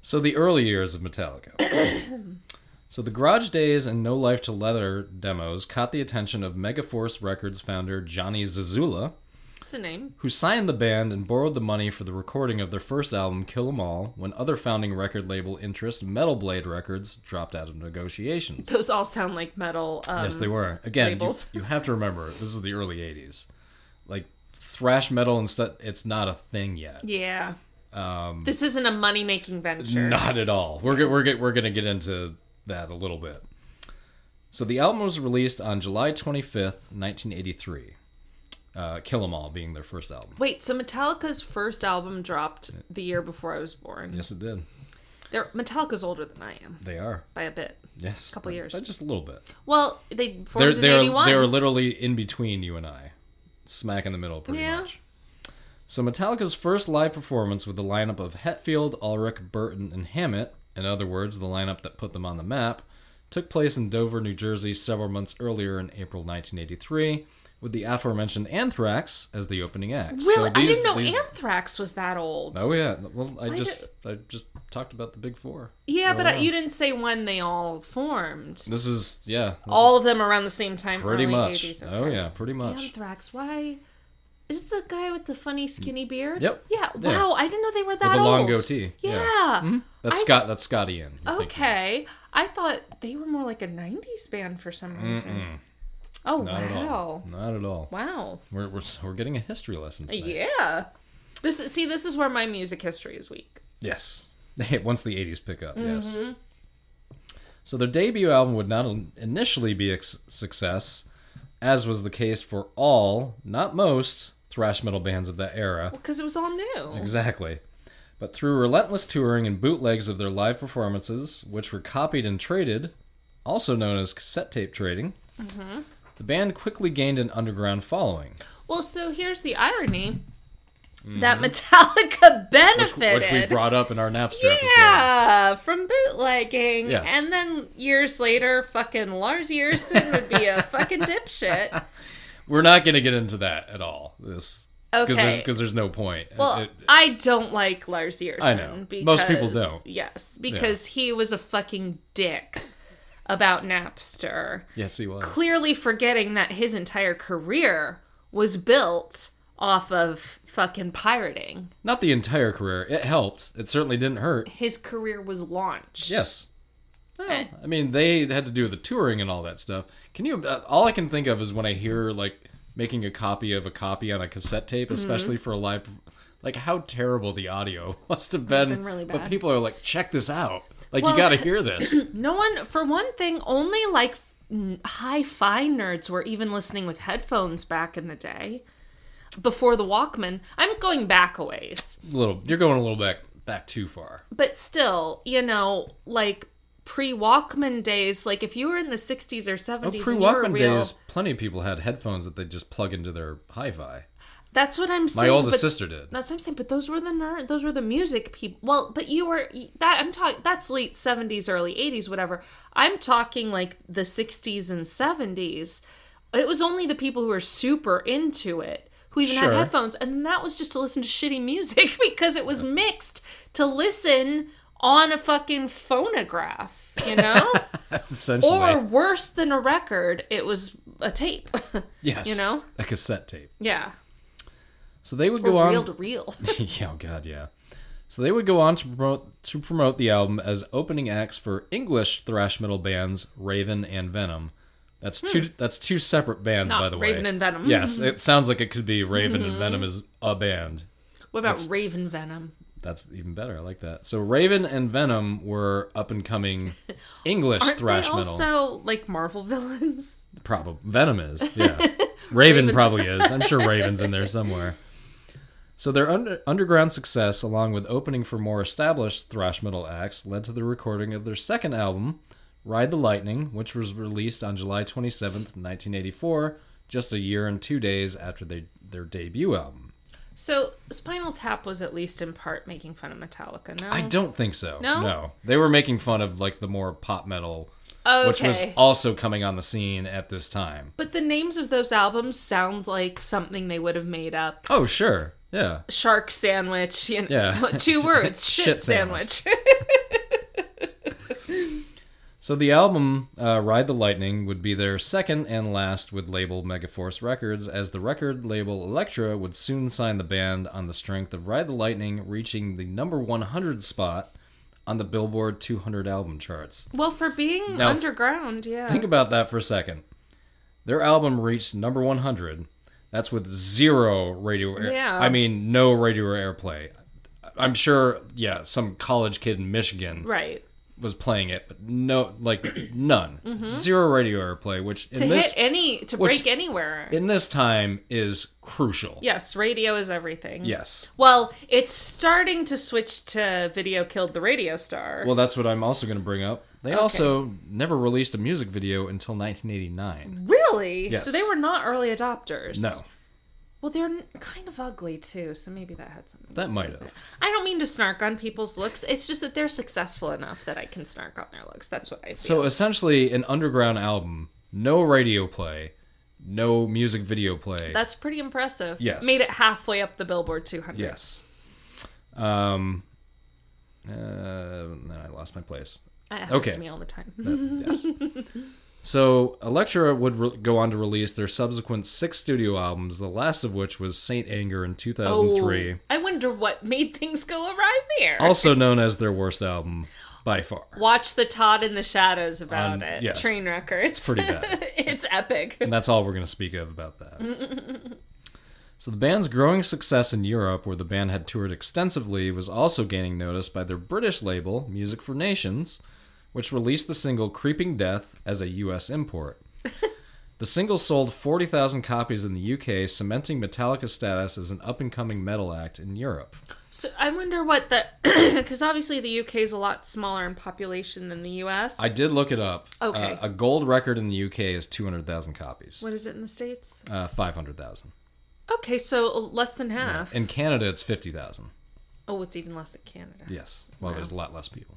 S2: So the early years of Metallica. so the Garage Days and No Life to Leather demos caught the attention of Megaforce Records founder Johnny Zazula,
S3: What's the name?
S2: who signed the band and borrowed the money for the recording of their first album, Kill 'Em All, when other founding record label interest, Metal Blade Records, dropped out of negotiations.
S3: Those all sound like metal. Um,
S2: Yes, they were. Again, you,
S3: labels.
S2: you have to remember this is the early '80s. Like thrash metal and stuff, it's not a thing yet.
S3: Yeah. Um, this isn't a money making venture.
S2: Not at all. We're go- we're go- we're gonna get into that a little bit. So the album was released on July twenty fifth, nineteen eighty three. Uh, Kill 'Em All being their first album.
S3: Wait, so Metallica's first album dropped the year before I was born.
S2: Yes, it did.
S3: They're, Metallica's older than I am
S2: They are.
S3: by a bit.
S2: Yes.
S3: Couple
S2: But-
S3: years.
S2: But just a little bit.
S3: Well, they
S2: They're
S3: formed in
S2: they're
S3: '81.
S2: they're literally in between you and I, smack in the middle, pretty
S3: Yeah.
S2: much. So Metallica's first live performance with the lineup of Hetfield, Ulrich, Burton, and Hammett, in other words, the lineup that put them on the map, took place in Dover, New Jersey several months earlier in April 1983, with the aforementioned Anthrax as the opening act.
S3: Really,
S2: So
S3: I
S2: these-
S3: didn't know
S2: these-
S3: Anthrax was that old.
S2: Oh yeah, well I just
S3: did-
S2: I just talked about the big four.
S3: yeah, but
S2: Oh,
S3: I, you didn't say when they all formed.
S2: This is yeah, this is
S3: All of them around the same time.
S2: pretty
S3: early
S2: much.
S3: 80s, okay.
S2: Oh yeah, pretty much.
S3: Anthrax. Why? Is it the guy with the funny skinny beard?
S2: Yep.
S3: Yeah.
S2: Yeah.
S3: Wow. I didn't know they were that
S2: the
S3: old.
S2: long goatee. Mm-hmm.
S3: Yeah.
S2: That's
S3: I-
S2: Scott. That's Scott Ian. you're thinking.
S3: Okay. I thought they were more like a '90s band for some reason. Oh
S2: Not at all.
S3: wow.
S2: Not at all.
S3: Wow.
S2: We're, we're, we're getting a history lesson tonight.
S3: Yeah. This is, see, this is where my music history is weak.
S2: Yes. Once the 80s pick up, yes. So their debut album would not initially be a s- success, as was the case for all, not most, thrash metal bands of that era.
S3: Because it was all new.
S2: Exactly. But through relentless touring and bootlegs of their live performances, which were copied and traded, also known as cassette tape trading, the band quickly gained an underground following.
S3: Well, so here's the irony that Metallica
S2: Mm-hmm. which,
S3: benefited.
S2: which we brought up in our Napster episode.
S3: yeah, from bootlegging,
S2: Yes.
S3: and then years later, fucking Lars Yersin would be a fucking dipshit.
S2: We're not going to get into that at all. This because
S3: Okay.
S2: there's, no point.
S3: Well,
S2: It-
S3: I don't like Lars Earson.
S2: I know. Most people don't.
S3: Yes, because he was a fucking dick about Napster.
S2: yes, he was.
S3: Clearly forgetting that his entire career was built off of fucking pirating.
S2: Not the entire career. It helped. It certainly didn't hurt.
S3: His career was launched.
S2: Yes. Oh,
S3: Eh.
S2: I mean, they had to do the touring and all that stuff. Can you? Uh, all I can think of is when I hear like making a copy of a copy on a cassette
S3: Mm-hmm.
S2: tape, especially for a live. Like how terrible the audio must have been.
S3: been really
S2: But
S3: bad.
S2: people are like, check this out. Like
S3: Well-
S2: you got to hear this.
S3: No one, for one thing, only like n- hi-fi nerds were even listening with headphones back in the day. Before the Walkman, I'm going back a ways.
S2: little, you're going a little back back too far.
S3: but still, you know, like pre Walkman days, like if you were in the 60s or 70s,
S2: Well,
S3: and you
S2: pre
S3: were
S2: Walkman
S3: real-
S2: days, plenty of people had headphones that they just plug into their hi-fi.
S3: That's what I'm saying.
S2: My oldest
S3: but-
S2: sister did.
S3: That's what I'm saying. But those were the nerd. Those were the music people. Well, but you were that I'm talking. That's late 70s, early 80s, whatever. I'm talking like the 60s and 70s. It was only the people who were super into it who even
S2: Sure.
S3: had headphones, and that was just to listen to shitty music because it was mixed to listen on a fucking phonograph. You know.
S2: Essentially,
S3: or worse than a record, it was a tape.
S2: yes,
S3: you know?
S2: a cassette tape.
S3: yeah.
S2: So they would go
S3: Or
S2: on
S3: reel to reel.
S2: yeah, oh god, yeah. So they would go on to promote to promote the album as opening acts for English thrash metal bands Raven and Venom. That's two. That's two separate bands,
S3: Hmm. Not
S2: by the way.
S3: Raven and Venom. Mm-hmm.
S2: Yes, it sounds like it could be Raven and Venom is a band.
S3: What about Raven Venom?
S2: That's even better. I like that. So Raven and Venom were up and coming English
S3: Aren't
S2: thrash
S3: they
S2: metal.
S3: also like Marvel villains?
S2: Probably Venom is. Yeah. Raven probably is. I'm sure Raven's in there somewhere. So their under- underground success, along with opening for more established thrash metal acts, led to the recording of their second album, Ride the Lightning, which was released on July 27th, 1984, just a year and two days after they- their debut album.
S3: So Spinal Tap was at least in part making fun of Metallica. No,
S2: I don't think so.
S3: Mm. No?
S2: No. They were making fun of like the more pop metal,
S3: okay.
S2: which was also coming on the scene at this time.
S3: but the names of those albums sound like something they would have made up.
S2: Oh, sure. Yeah.
S3: Shark sandwich. You know,
S2: Yeah.
S3: Two words. Shit,
S2: Shit sandwich.
S3: sandwich.
S2: So the album uh, "Ride the Lightning" would be their second and last with label Megaforce Records, as the record label Elektra would soon sign the band on the strength of "Ride the Lightning" reaching the number 100 spot on the Billboard 200 album charts.
S3: well, for being
S2: Now,
S3: underground, yeah.
S2: Think about that for a second. Their album reached number 100. That's with zero radio. Air-
S3: Yeah.
S2: I mean, no radio airplay. I'm sure, yeah, some college kid in Michigan
S3: right.
S2: was playing it, but no, like none, zero radio airplay, which in
S3: Mm-hmm. To
S2: this
S3: hit any, to
S2: which-
S3: break anywhere.
S2: in this time is crucial.
S3: Yes, radio is everything.
S2: Yes.
S3: Well, it's starting to switch to video killed the radio star.
S2: Well, that's what I'm also going to bring up. They also never released a music video until 1989.
S3: really?
S2: Yes.
S3: So they were not early adopters.
S2: No,
S3: Well, they're n- kind of ugly too, so maybe that had something.
S2: that might have.
S3: I don't mean to snark on people's looks. It's just that they're successful enough that I can snark on their looks. That's what I feel.
S2: So essentially, an underground album, no radio play, no music video play.
S3: that's pretty impressive.
S2: Yes.
S3: Made it halfway up the Billboard 200.
S2: yes. Um. Uh, then I lost my place.
S3: That happens
S2: Okay.
S3: to me all the time.
S2: yes. So, Elektra would re- go on to release their subsequent six studio albums, the last of which was Saint Anger in 2003,
S3: I wonder what made things go awry there.
S2: also known as their worst album by far.
S3: Watch the Todd in the Shadows about
S2: Um,
S3: it.
S2: yes.
S3: Train records. It's
S2: pretty bad.
S3: it's epic.
S2: And that's all we're going to speak of about that. so, the band's growing success in Europe, where the band had toured extensively, was also gaining notice by their British label, Music for Nations, which released the single Creeping Death as a US import. The single sold 40,000 copies in the UK, cementing Metallica's status as an up and coming metal act in Europe.
S3: So I wonder what the because obviously the UK is a lot smaller in population than the US.
S2: I did look it up.
S3: Okay.
S2: Uh, a gold record in the UK is 200,000 copies,
S3: what is it in the states?
S2: uh, 500,000.
S3: Okay, so uh, less than half.
S2: In Canada, it's 50,000.
S3: oh, it's even less than Canada.
S2: Yes. Well, there's a lot less people.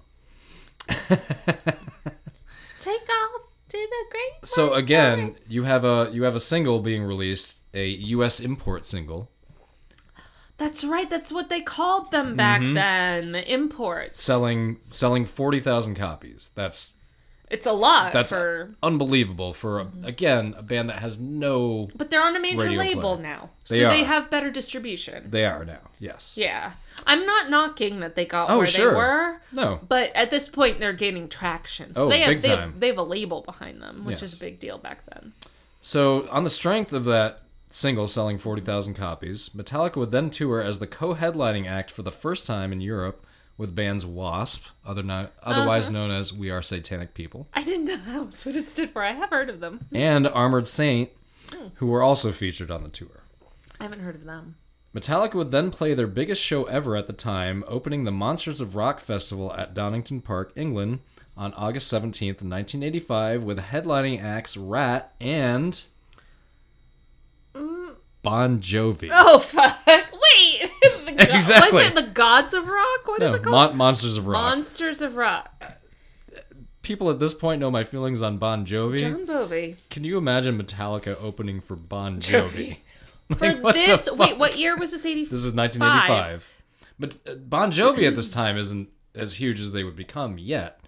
S3: Take off to the great.
S2: So uh, again, you have a you have a single being released, a U.S. import single,
S3: That's right. That's what they called them back
S2: Mm-hmm.
S3: then. The imports.
S2: selling selling 40,000 copies. That's
S3: it's a lot.
S2: that's
S3: for,
S2: unbelievable for a, again a band that has no
S3: but they're on a major
S2: Radio
S3: label
S2: play.
S3: now,
S2: They
S3: so they
S2: are.
S3: have better distribution.
S2: they are now. Yes.
S3: Yeah, I'm not knocking that they got
S2: Oh,
S3: where
S2: sure.
S3: they were.
S2: No.
S3: But at this point, they're gaining traction. So
S2: Oh,
S3: they have,
S2: big
S3: they, have
S2: time.
S3: they have a label behind them, which is
S2: Yes.
S3: a big deal back then.
S2: So, on the strength of that single selling 40,000 copies, Metallica would then tour as the co headlining act for the first time in Europe with bands Wasp, other no- otherwise
S3: Uh-huh.
S2: known as We Are Satanic People,
S3: I didn't know that was what it stood for. I have heard of them.
S2: and Armored Saint,
S3: Hmm.
S2: who were also featured on the tour.
S3: I haven't heard of them.
S2: Metallica would then play their biggest show ever at the time, opening the Monsters of Rock Festival at Donington Park, England, on August 17th, 1985, with headlining acts Rat and. Bon Jovi.
S3: Mm. Oh fuck! Wait, the go-
S2: Exactly.
S3: Was it the gods of rock? What is
S2: No,
S3: it called?
S2: Mon- Monsters of Rock.
S3: Monsters of Rock.
S2: People at this point know my feelings on Bon Jovi.
S3: John Bovey.
S2: Can you imagine Metallica opening for Bon Jovi?
S3: For
S2: what the
S3: this, wait,
S2: fuck?
S3: what year was this? Eighty.
S2: This is 1985. But uh, Bon Jovi at this time isn't as huge as they would become yet.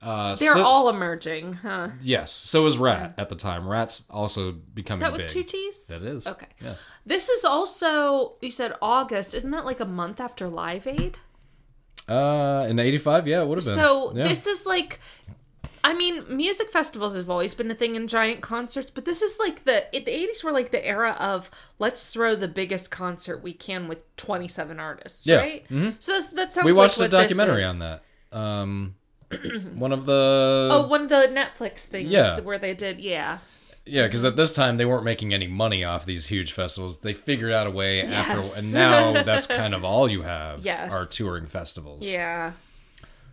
S2: Uh,
S3: They're
S2: Slits-
S3: all emerging, huh? Is
S2: yes. So is Rat at the time. Rat's also becoming
S3: that
S2: big.
S3: with two T's?
S2: That is.
S3: Okay.
S2: Yes.
S3: This is also you said August. Isn't that like a month after Live Aid?
S2: Uh, in '85, yeah, it would have been.
S3: So
S2: Yeah.
S3: this is like I mean, music festivals have always been a thing in giant concerts, but this is like the it- the 80s were like the era of let's throw the biggest concert we can with 27 artists,
S2: Yeah. Mm-hmm.
S3: right? So this, that sounds
S2: we watched
S3: like
S2: a
S3: what
S2: documentary
S3: this is.
S2: on that. Um, one of the
S3: Oh, one of the Netflix things
S2: Yeah.
S3: where they did, yeah.
S2: Yeah, because at this time they weren't making any money off these huge festivals. They figured out a way
S3: Yes.
S2: after, and now that's kind of all you have
S3: Yes.
S2: are touring festivals.
S3: Yeah.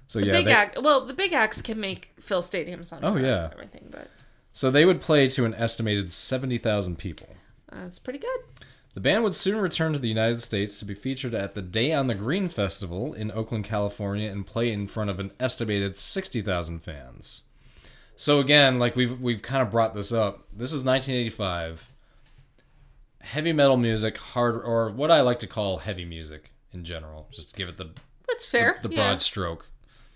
S2: So yeah,
S3: big
S2: they,
S3: act. Well, the big acts can make fill stadiums on
S2: Oh,
S3: their own
S2: yeah.
S3: and everything, but
S2: so they would play to an estimated seventy thousand people.
S3: uh, it's pretty good.
S2: The band would soon return to the United States to be featured at the Day on the Green Festival in Oakland, California, and play in front of an estimated sixty thousand fans. So again, like we've we've kind of brought this up. This is nineteen eighty five. Heavy metal music, hard or what I like to call heavy music in general, just to give it the
S3: That's fair.
S2: the
S3: yeah.
S2: broad stroke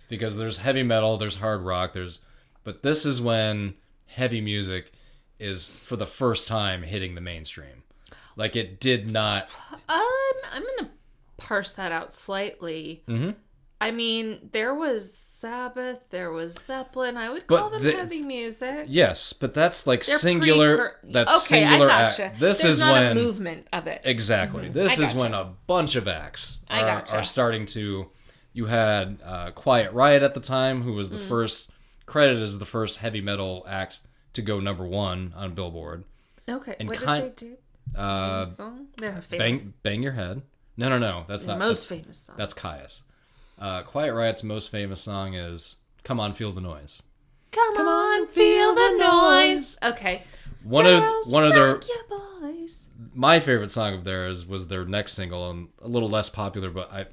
S2: because there's heavy metal there's hard rock there's but this is when heavy music is for the first time hitting the mainstream like it did not
S3: Um, I'm gonna parse that out slightly. Mm-hmm. I mean, there was Sabbath, there was Zeppelin. I would call
S2: But
S3: them
S2: the-
S3: heavy music.
S2: yes but that's like
S3: They're
S2: singular
S3: precur-
S2: that's
S3: okay,
S2: singular
S3: I gotcha.
S2: act this
S3: There's
S2: is
S3: not
S2: when
S3: a movement of it.
S2: exactly this
S3: I
S2: is
S3: gotcha.
S2: when a bunch of acts
S3: I
S2: are,
S3: gotcha.
S2: are starting to you had uh, quiet riot at the time who was the
S3: Mm.
S2: first credited as the first heavy metal act to go number one on billboard
S3: Okay, what
S2: kind-
S3: did they do?
S2: uh, uh,
S3: song? They're
S2: Bang,
S3: famous.
S2: bang your head. No, no, no. That's not
S3: most famous song.
S2: That's, that's Caius. Uh, Quiet Riot's most famous song is "Come On, Feel the Noise."
S3: Come, on, feel the noise. Okay.
S2: One
S3: Girls,
S2: of one of their
S3: rock your boys.
S2: my favorite song of theirs was their next single and a little less popular, but I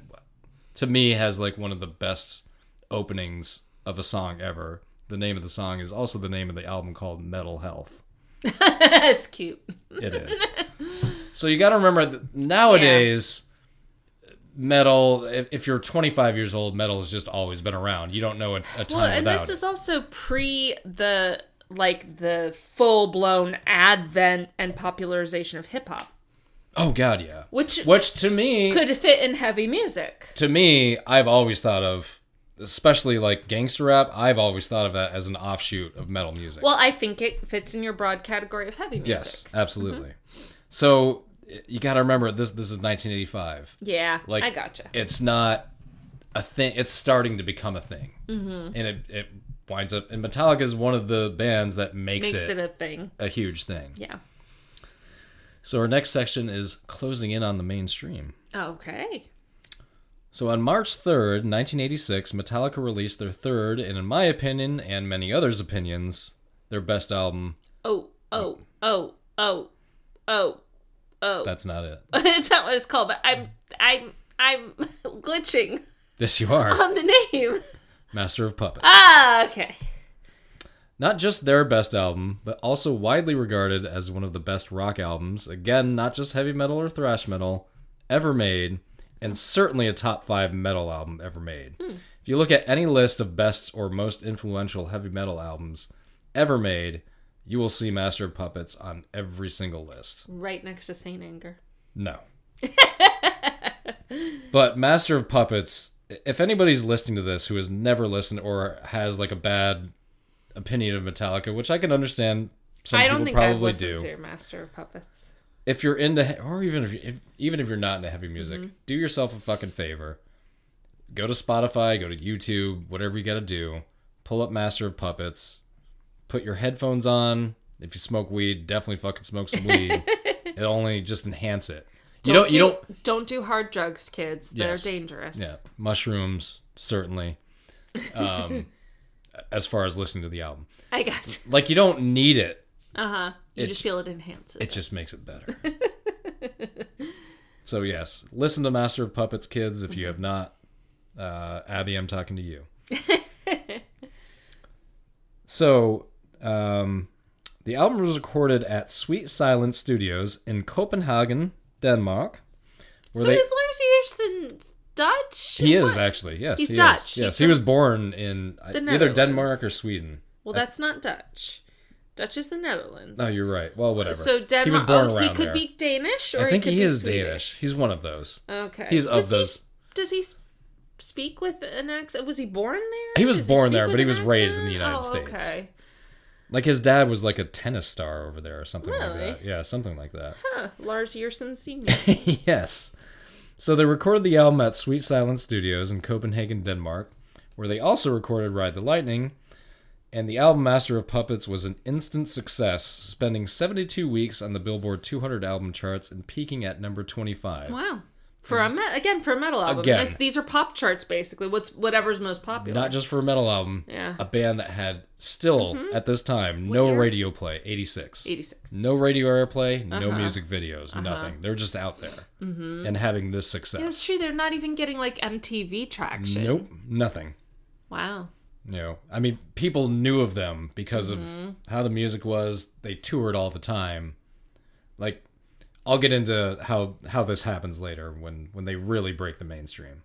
S2: to me has like one of the best openings of a song ever. The name of the song is also the name of the album called Metal Health.
S3: it's cute.
S2: It is. so you got to remember that nowadays, metal. If, if you're 25 years old, metal has just always been around. You don't know a, a time
S3: Well, and
S2: without.
S3: this
S2: it.
S3: is also pre the like the full blown advent and popularization of hip hop,
S2: oh God, yeah.
S3: which
S2: Which to me,
S3: could fit in heavy music.
S2: to me, I've always thought of, especially like gangster rap. I've always thought of that as an offshoot of metal music.
S3: Well, I think it fits in your broad category of heavy music. Mm-hmm.
S2: yes, absolutely. So you got to remember this. This is 1985.
S3: Yeah,
S2: Like
S3: I gotcha.
S2: It's not a thing. It's starting to become a thing, mm-hmm. and it it winds up. And Metallica is one of the bands that makes,
S3: Makes
S2: it,
S3: it a thing.
S2: a, huge thing.
S3: Yeah.
S2: So our next section is closing in on the mainstream.
S3: Okay.
S2: So on March 3rd, 1986, Metallica released their third, and in my opinion and many others' opinions, their best album.
S3: Oh, oh, oh, oh, oh.
S2: That's not it.
S3: it's not what it's called, but I'm I'm I'm glitching
S2: Yes, you are.
S3: on the name.
S2: Master of Puppets.
S3: Ah, okay.
S2: Not just their best album, but also widely regarded as one of the best rock albums. Again, not just heavy metal or thrash metal, ever made, and certainly a top five metal album ever made. If you look at any list of best or most influential heavy metal albums ever made, you will see Master of Puppets on every single list.
S3: Right next to Saint Anger.
S2: No. but Master of Puppets, if anybody's listening to this who has never listened or has like a bad opinion of Metallica, which I can understand some
S3: I don't
S2: people
S3: think I've
S2: probably
S3: listened
S2: do.
S3: to Master of Puppets.
S2: If you're into he- or even if, you- if even if you're not into heavy music,
S3: Mm-hmm.
S2: do yourself a fucking favor. Go to Spotify, go to YouTube, whatever you got to do. Pull up Master of Puppets. Put your headphones on. If you smoke weed, definitely fucking smoke some weed. It'll only just enhance it. you don't you don't
S3: don't don't do hard drugs, kids.
S2: Yes.
S3: They're dangerous.
S2: Yeah, mushrooms certainly. Um, as far as listening to the album,
S3: I got you.
S2: like you don't need it;
S3: Uh huh. You
S2: It's-
S3: just feel it enhances.
S2: it just makes it better. so yes, listen to Master of Puppets, kids. If you have not, uh, Abby, I'm talking to you. so, um, the album was recorded at Sweet Silence Studios in Copenhagen, Denmark. Where
S3: so is Lars Eriksson Dutch?
S2: He is actually yes.
S3: He's
S2: he
S3: Dutch.
S2: Is.
S3: He's
S2: Yes, he was born in I- either
S3: Netherlands.
S2: Denmark or Sweden.
S3: Well, that's not Dutch. Dutch is the Netherlands.
S2: No, Oh, you're right. Well, whatever.
S3: So Denmark.
S2: He was born
S3: oh, so he
S2: around
S3: could
S2: there.
S3: be Danish, or
S2: I think
S3: he, could
S2: he
S3: be
S2: is
S3: Swedish.
S2: Danish. He's one of those.
S3: Okay.
S2: He's of
S3: does
S2: those-
S3: He, does he s- speak with an accent? Was he born there?
S2: He was
S3: Does
S2: born
S3: speak
S2: there,
S3: with
S2: but he
S3: an
S2: was raised in the
S3: accent?
S2: United
S3: Oh,
S2: States.
S3: Okay.
S2: Like his dad was like a tennis star over there or something like
S3: Really?
S2: that. Yeah, something like that.
S3: Huh. Lars Eriksson Senior.
S2: yes. So they recorded the album at Sweet Silence Studios in Copenhagen, Denmark, where they also recorded Ride the Lightning. And the album Master of Puppets was an instant success, spending 72 weeks on the Billboard 200 album charts and peaking at number 25.
S3: wow. For a met again for a metal album.
S2: Mm. Again.
S3: This- these are pop charts basically. What's whatever's most popular.
S2: Not just for a metal album,
S3: Yeah. Mm-hmm.
S2: a band that had still, at this time, no
S3: year?
S2: radio play, 86.
S3: 86.
S2: No radio airplay, no
S3: Uh-huh.
S2: music videos, nothing. They're just out there
S3: Mm-hmm.
S2: and having this success.
S3: That's true. They're not even getting like MTV traction.
S2: nope, nothing.
S3: Wow.
S2: You know, I mean, people knew of them because of how the music was. They toured all the time. Like, I'll get into how how this happens later when when they really break the mainstream.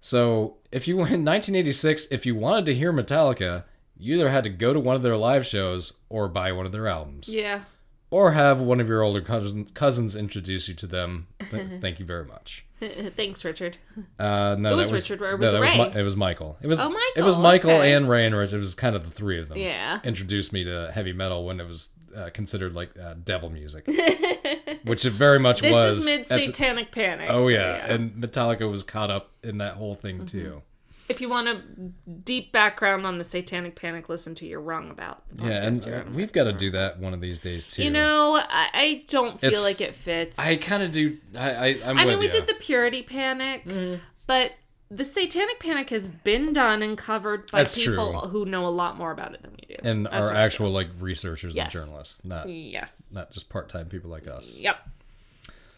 S2: So, if you in 1986, if you wanted to hear Metallica, you either had to go to one of their live shows or buy one of their albums
S3: Yeah.
S2: or have one of your older cousin, cousins introduce you to them. Th- thank you very much.
S3: Thanks, Richard.
S2: Uh, no,
S3: It was
S2: that was
S3: Richard, or
S2: no,
S3: was it
S2: that
S3: Ray?
S2: Mi- it was Michael. It was
S3: Oh,
S2: It was
S3: Michael,
S2: Michael
S3: okay.
S2: and Ray and Richard. It was kind of the three of them.
S3: Yeah.
S2: introduced me to heavy metal when it was uh, considered like uh, devil music, which it very much
S3: This
S2: was.
S3: is mid
S2: at the-
S3: Satanic Panic. so Mm-hmm.
S2: oh yeah. and Metallica was caught up in that whole thing too.
S3: if you want a deep background on the Satanic Panic, listen to "You're Wrong About." The podcast
S2: Yeah, and
S3: you're
S2: uh,
S3: on.
S2: we've got to do that one of these days too.
S3: you know, I, I don't feel
S2: It's-
S3: like it fits.
S2: I kind of do. I, I I'm
S3: I
S2: with
S3: mean, we
S2: ya. Mm-hmm.
S3: did the Purity Panic, but the Satanic Panic has been done and covered by
S2: That's
S3: people
S2: true.
S3: who know a lot more about it than we do.
S2: and
S3: That's
S2: our
S3: what-
S2: actual like researchers
S3: Yes.
S2: and journalists, not
S3: yes,
S2: not just part-time people like us.
S3: yep.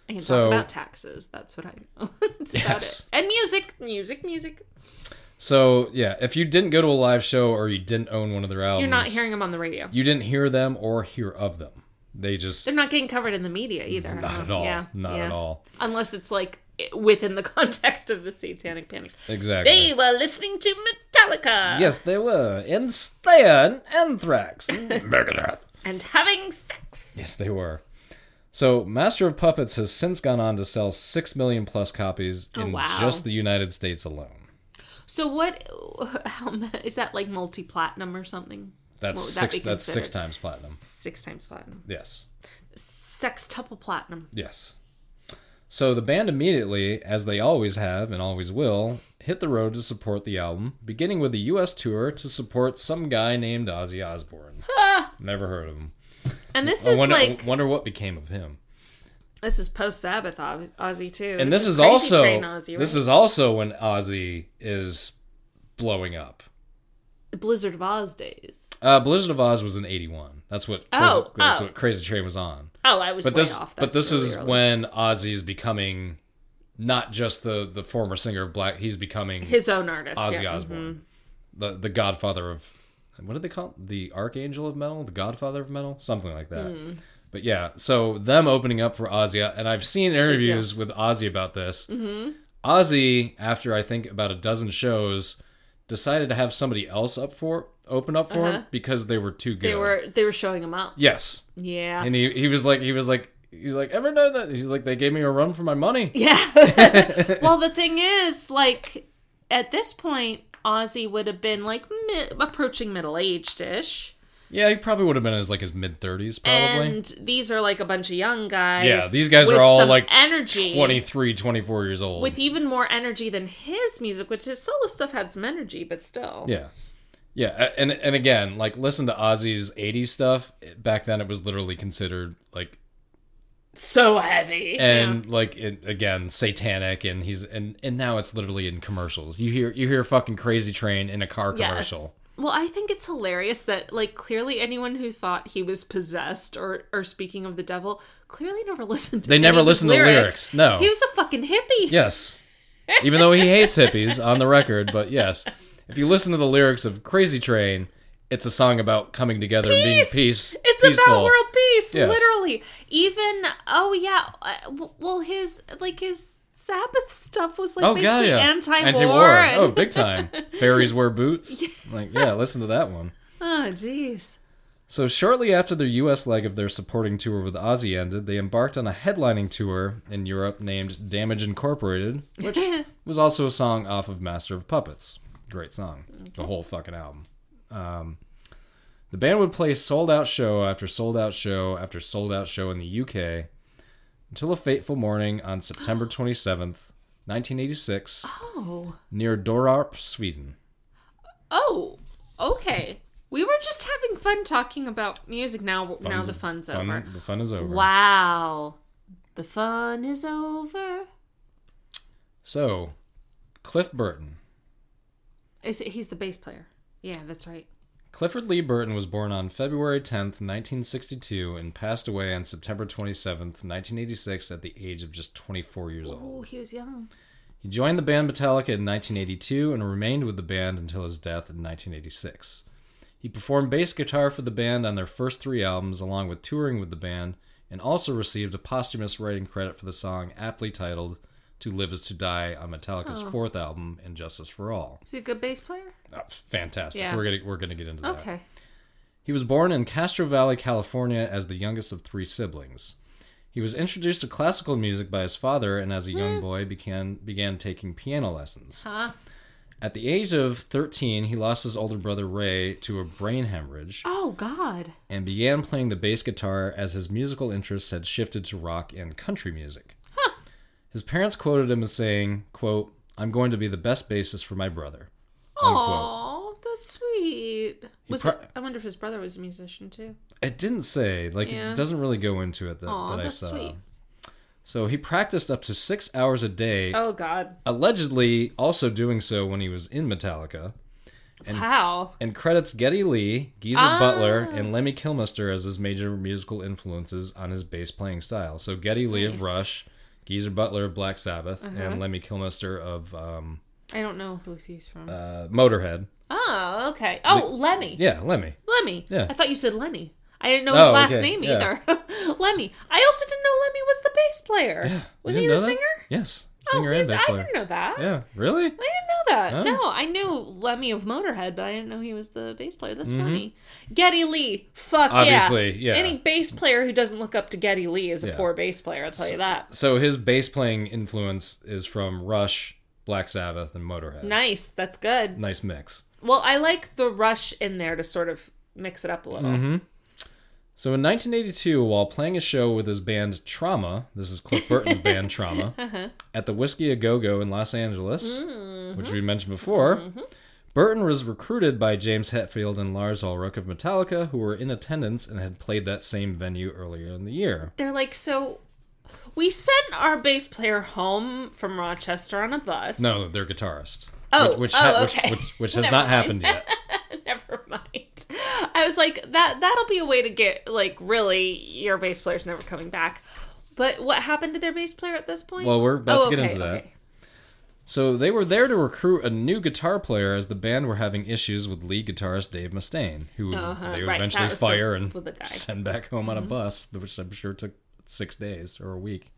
S3: I can
S2: So-
S3: talk about taxes. That's what I know. That's about
S2: Yes.
S3: it. And music, music, music.
S2: So yeah, if you didn't go to a live show or you didn't own one of their albums,
S3: You're not hearing them on the radio.
S2: you didn't hear them or hear of them. They just
S3: They're not getting covered in the media either.
S2: not at all,
S3: Yeah,
S2: not
S3: yeah.
S2: at all.
S3: Unless it's like within the context of the Satanic Panic.
S2: Exactly.
S3: They were listening to Metallica
S2: yes, they were. And they are an Anthrax, and Megadeth.
S3: and having sex.
S2: Yes, they were. So, Master of Puppets has since gone on to sell six million plus copies in
S3: Oh, wow.
S2: just the United States alone.
S3: So what? How mu- is that like multi platinum or something?
S2: That's
S3: What would that
S2: six.
S3: be
S2: that's six
S3: considered?
S2: times platinum.
S3: Six times platinum.
S2: Yes.
S3: Sextuple platinum.
S2: Yes. So the band immediately, as they always have and always will, hit the road to support the album, beginning with a US tour to support some guy named Ozzy Osbourne. Never heard of him.
S3: And this
S2: I
S3: is
S2: wonder,
S3: like
S2: wonder what became of him.
S3: this is post Sabbath Ozzy too.
S2: And this, is,
S3: Crazy
S2: also
S3: Train Ozzy,
S2: this
S3: right?
S2: is also when Ozzy is blowing up.
S3: Blizzard of Oz days.
S2: Uh, Blizzard of Oz was in '81. That's what Crazy,
S3: Oh,
S2: that's
S3: oh.
S2: what Crazy Train was on.
S3: Oh, I was
S2: But
S3: way
S2: this,
S3: off.
S2: but
S3: That's
S2: this
S3: really
S2: is
S3: early.
S2: when Ozzy is becoming not just the the former singer of Black. He's becoming
S3: his own artist
S2: Ozzy
S3: yeah. Mm-hmm.
S2: Osbourne, the the
S3: Mm.
S2: Godfather of what did they call it? the Archangel of Metal, the Godfather of Metal, something like that. But yeah, so them opening up for Ozzy, and I've seen interviews with Ozzy about this.
S3: Mm-hmm.
S2: Ozzy, after I think about a dozen shows, decided to have somebody else up for open up for him because they were too good.
S3: Uh-huh. They were they were showing him up.
S2: yes,
S3: Yeah.
S2: and he he was like he was like he's like ever know that he's like they gave me a run for my money.
S3: yeah. well, the thing is, like at this point, Ozzy would have been like mi- approaching middle aged ish,
S2: Yeah, he probably would have been in his like his mid thirties probably.
S3: and these are like a bunch of young guys.
S2: yeah, these guys
S3: with
S2: are all
S3: some
S2: like
S3: energy
S2: 23, 24 years old.
S3: with even more energy than his music, which his solo stuff had some energy, but still.
S2: Yeah. Yeah, a- and and again, like listen to Ozzy's 80s stuff. Back then it was literally considered like
S3: So heavy.
S2: and like it, again, satanic and he's and and now it's literally in commercials. You hear you hear fucking Crazy Train in a car commercial.
S3: Well, I think it's hilarious that like clearly anyone who thought he was possessed or or speaking of the devil clearly never listened to
S2: They
S3: any
S2: never
S3: of his
S2: listened to lyrics, no.
S3: He was a fucking hippie.
S2: Yes. Even though he hates hippies on the record, but yes. If you listen to the lyrics of Crazy Train, it's a song about coming together and being peace.
S3: It's about
S2: peaceful.
S3: world peace,
S2: Yes.
S3: literally. Even oh yeah, uh, w- well his like his Sabbath stuff was like
S2: Oh yeah,
S3: basically
S2: yeah.
S3: anti-war. and-
S2: Oh, big time. Fairies wear boots. Like yeah, listen to that one.
S3: Oh, jeez.
S2: So shortly after their U.S. leg of their supporting tour with Ozzy ended, they embarked on a headlining tour in Europe named Damage Incorporated, which was also a song off of Master of Puppets. Great song, the whole fucking album. Um, the band would play sold-out show after sold-out show after sold-out show in the U.K. until a fateful morning on September 27th, 1986,
S3: Oh.
S2: near Dorarp, Sweden.
S3: Oh. Okay. We were just having fun talking about music. Now, now the fun's
S2: Fun-
S3: over.
S2: The fun is over.
S3: Wow. The fun is over.
S2: So, Cliff Burton.
S3: Is it, he's the bass player. Yeah, that's right.
S2: Clifford Lee Burton was born on February 10th, 1962, and passed away on September 27th, 1986, at the age of just 24 years old.
S3: Oh, he was young.
S2: He joined the band Metallica in 1982 and remained with the band until his death in 1986. He performed bass guitar for the band on their first three albums, along with touring with the band, and also received a posthumous writing credit for the song aptly titled To Live Is To Die on
S3: Oh.
S2: Metallica's fourth album, Injustice for All.
S3: Is he a good bass player?
S2: Oh, fantastic.
S3: Yeah.
S2: We're going to we're gonna get into that.
S3: Okay.
S2: He was born in Castro Valley, California, as the youngest of three siblings. He was introduced to classical music by his father and as a
S3: Hmm.
S2: young boy began began taking piano lessons.
S3: Huh?
S2: At the age of 13, he lost his older brother Ray to a brain hemorrhage
S3: Oh, God.
S2: and began playing the bass guitar as his musical interests had shifted to rock and country music. His parents quoted him as saying, quote, "I'm going to be the best bassist for my brother." Unquote.
S3: Oh, that's sweet. Was
S2: pro-
S3: it, I wonder if his brother was a musician too.
S2: It didn't say. Like
S3: Yeah.
S2: it doesn't really go into it that,
S3: Aw,
S2: that I
S3: that's
S2: saw.
S3: sweet.
S2: So he practiced up to six hours a day,
S3: Oh, God.
S2: allegedly also doing so when he was in Metallica,
S3: How?
S2: and credits Geddy Lee, Geezer
S3: Ah.
S2: Butler, and Lemmy Kilmister as his major musical influences on his bass playing style. So Geddy Lee of
S3: Nice. Uh-huh.
S2: Rush, Geezer Butler of Black Sabbath, and Lemmy Kilmister of um,
S3: I don't know who he's from.
S2: uh, Motorhead.
S3: oh, okay. Oh, Lemmy.
S2: Yeah, Lemmy.
S3: Lemmy.
S2: Yeah.
S3: I thought you said Lenny. I didn't know his
S2: Oh,
S3: last
S2: okay,
S3: name
S2: yeah.
S3: either. Lemmy. I also didn't know Lemmy was the bass player.
S2: Yeah. You
S3: Was
S2: didn't
S3: he
S2: know
S3: the
S2: that?
S3: singer?
S2: Yes,
S3: Oh,
S2: singer
S3: he's-
S2: and bass
S3: I
S2: player.
S3: didn't know that.
S2: Yeah, really?
S3: I didn't know that.
S2: Oh.
S3: No, I knew Lemmy of Motorhead, but I didn't know he was the bass player. That's funny. Getty Lee. Fuck
S2: Mm-hmm. Obviously, yeah.
S3: Any bass player who doesn't look up to Getty Lee is a
S2: Yeah.
S3: poor bass player, I'll tell you that.
S2: So his bass playing influence is from Rush, Black Sabbath, and Motorhead.
S3: Nice. That's good.
S2: Nice mix.
S3: Well, I like the rush in there to sort of mix it up a little.
S2: Mm-hmm. So in 1982, while playing a show with his band Trauma, this is Cliff Burton's band Trauma,
S3: Uh-huh.
S2: at the Whiskey A Go Go in Los Angeles,
S3: Mm-hmm.
S2: which we mentioned before, Burton was recruited by James Hetfield and Lars Ulrich of Metallica, who were in attendance and had played that same venue earlier in the year.
S3: They're like, so we sent our bass player home from Rochester on a bus.
S2: No, their guitarist.
S3: Oh,
S2: which, which,
S3: oh,
S2: ha- which,
S3: okay.
S2: which, which has
S3: Never
S2: not
S3: mind.
S2: happened yet.
S3: Never mind. I was like, that that'll be a way to get like really your bass player's never coming back. But what happened to their bass player at this point?
S2: Well, we're about
S3: Oh,
S2: to get
S3: okay,
S2: into that.
S3: okay.
S2: So they were there to recruit a new guitar player as the band were having issues with lead guitarist Dave Mustaine, who
S3: Uh-huh,
S2: they would
S3: right,
S2: eventually
S3: that was the-
S2: fire
S3: with the guy. Mm-hmm.
S2: and send back home on a bus, which I'm sure took six days or a week.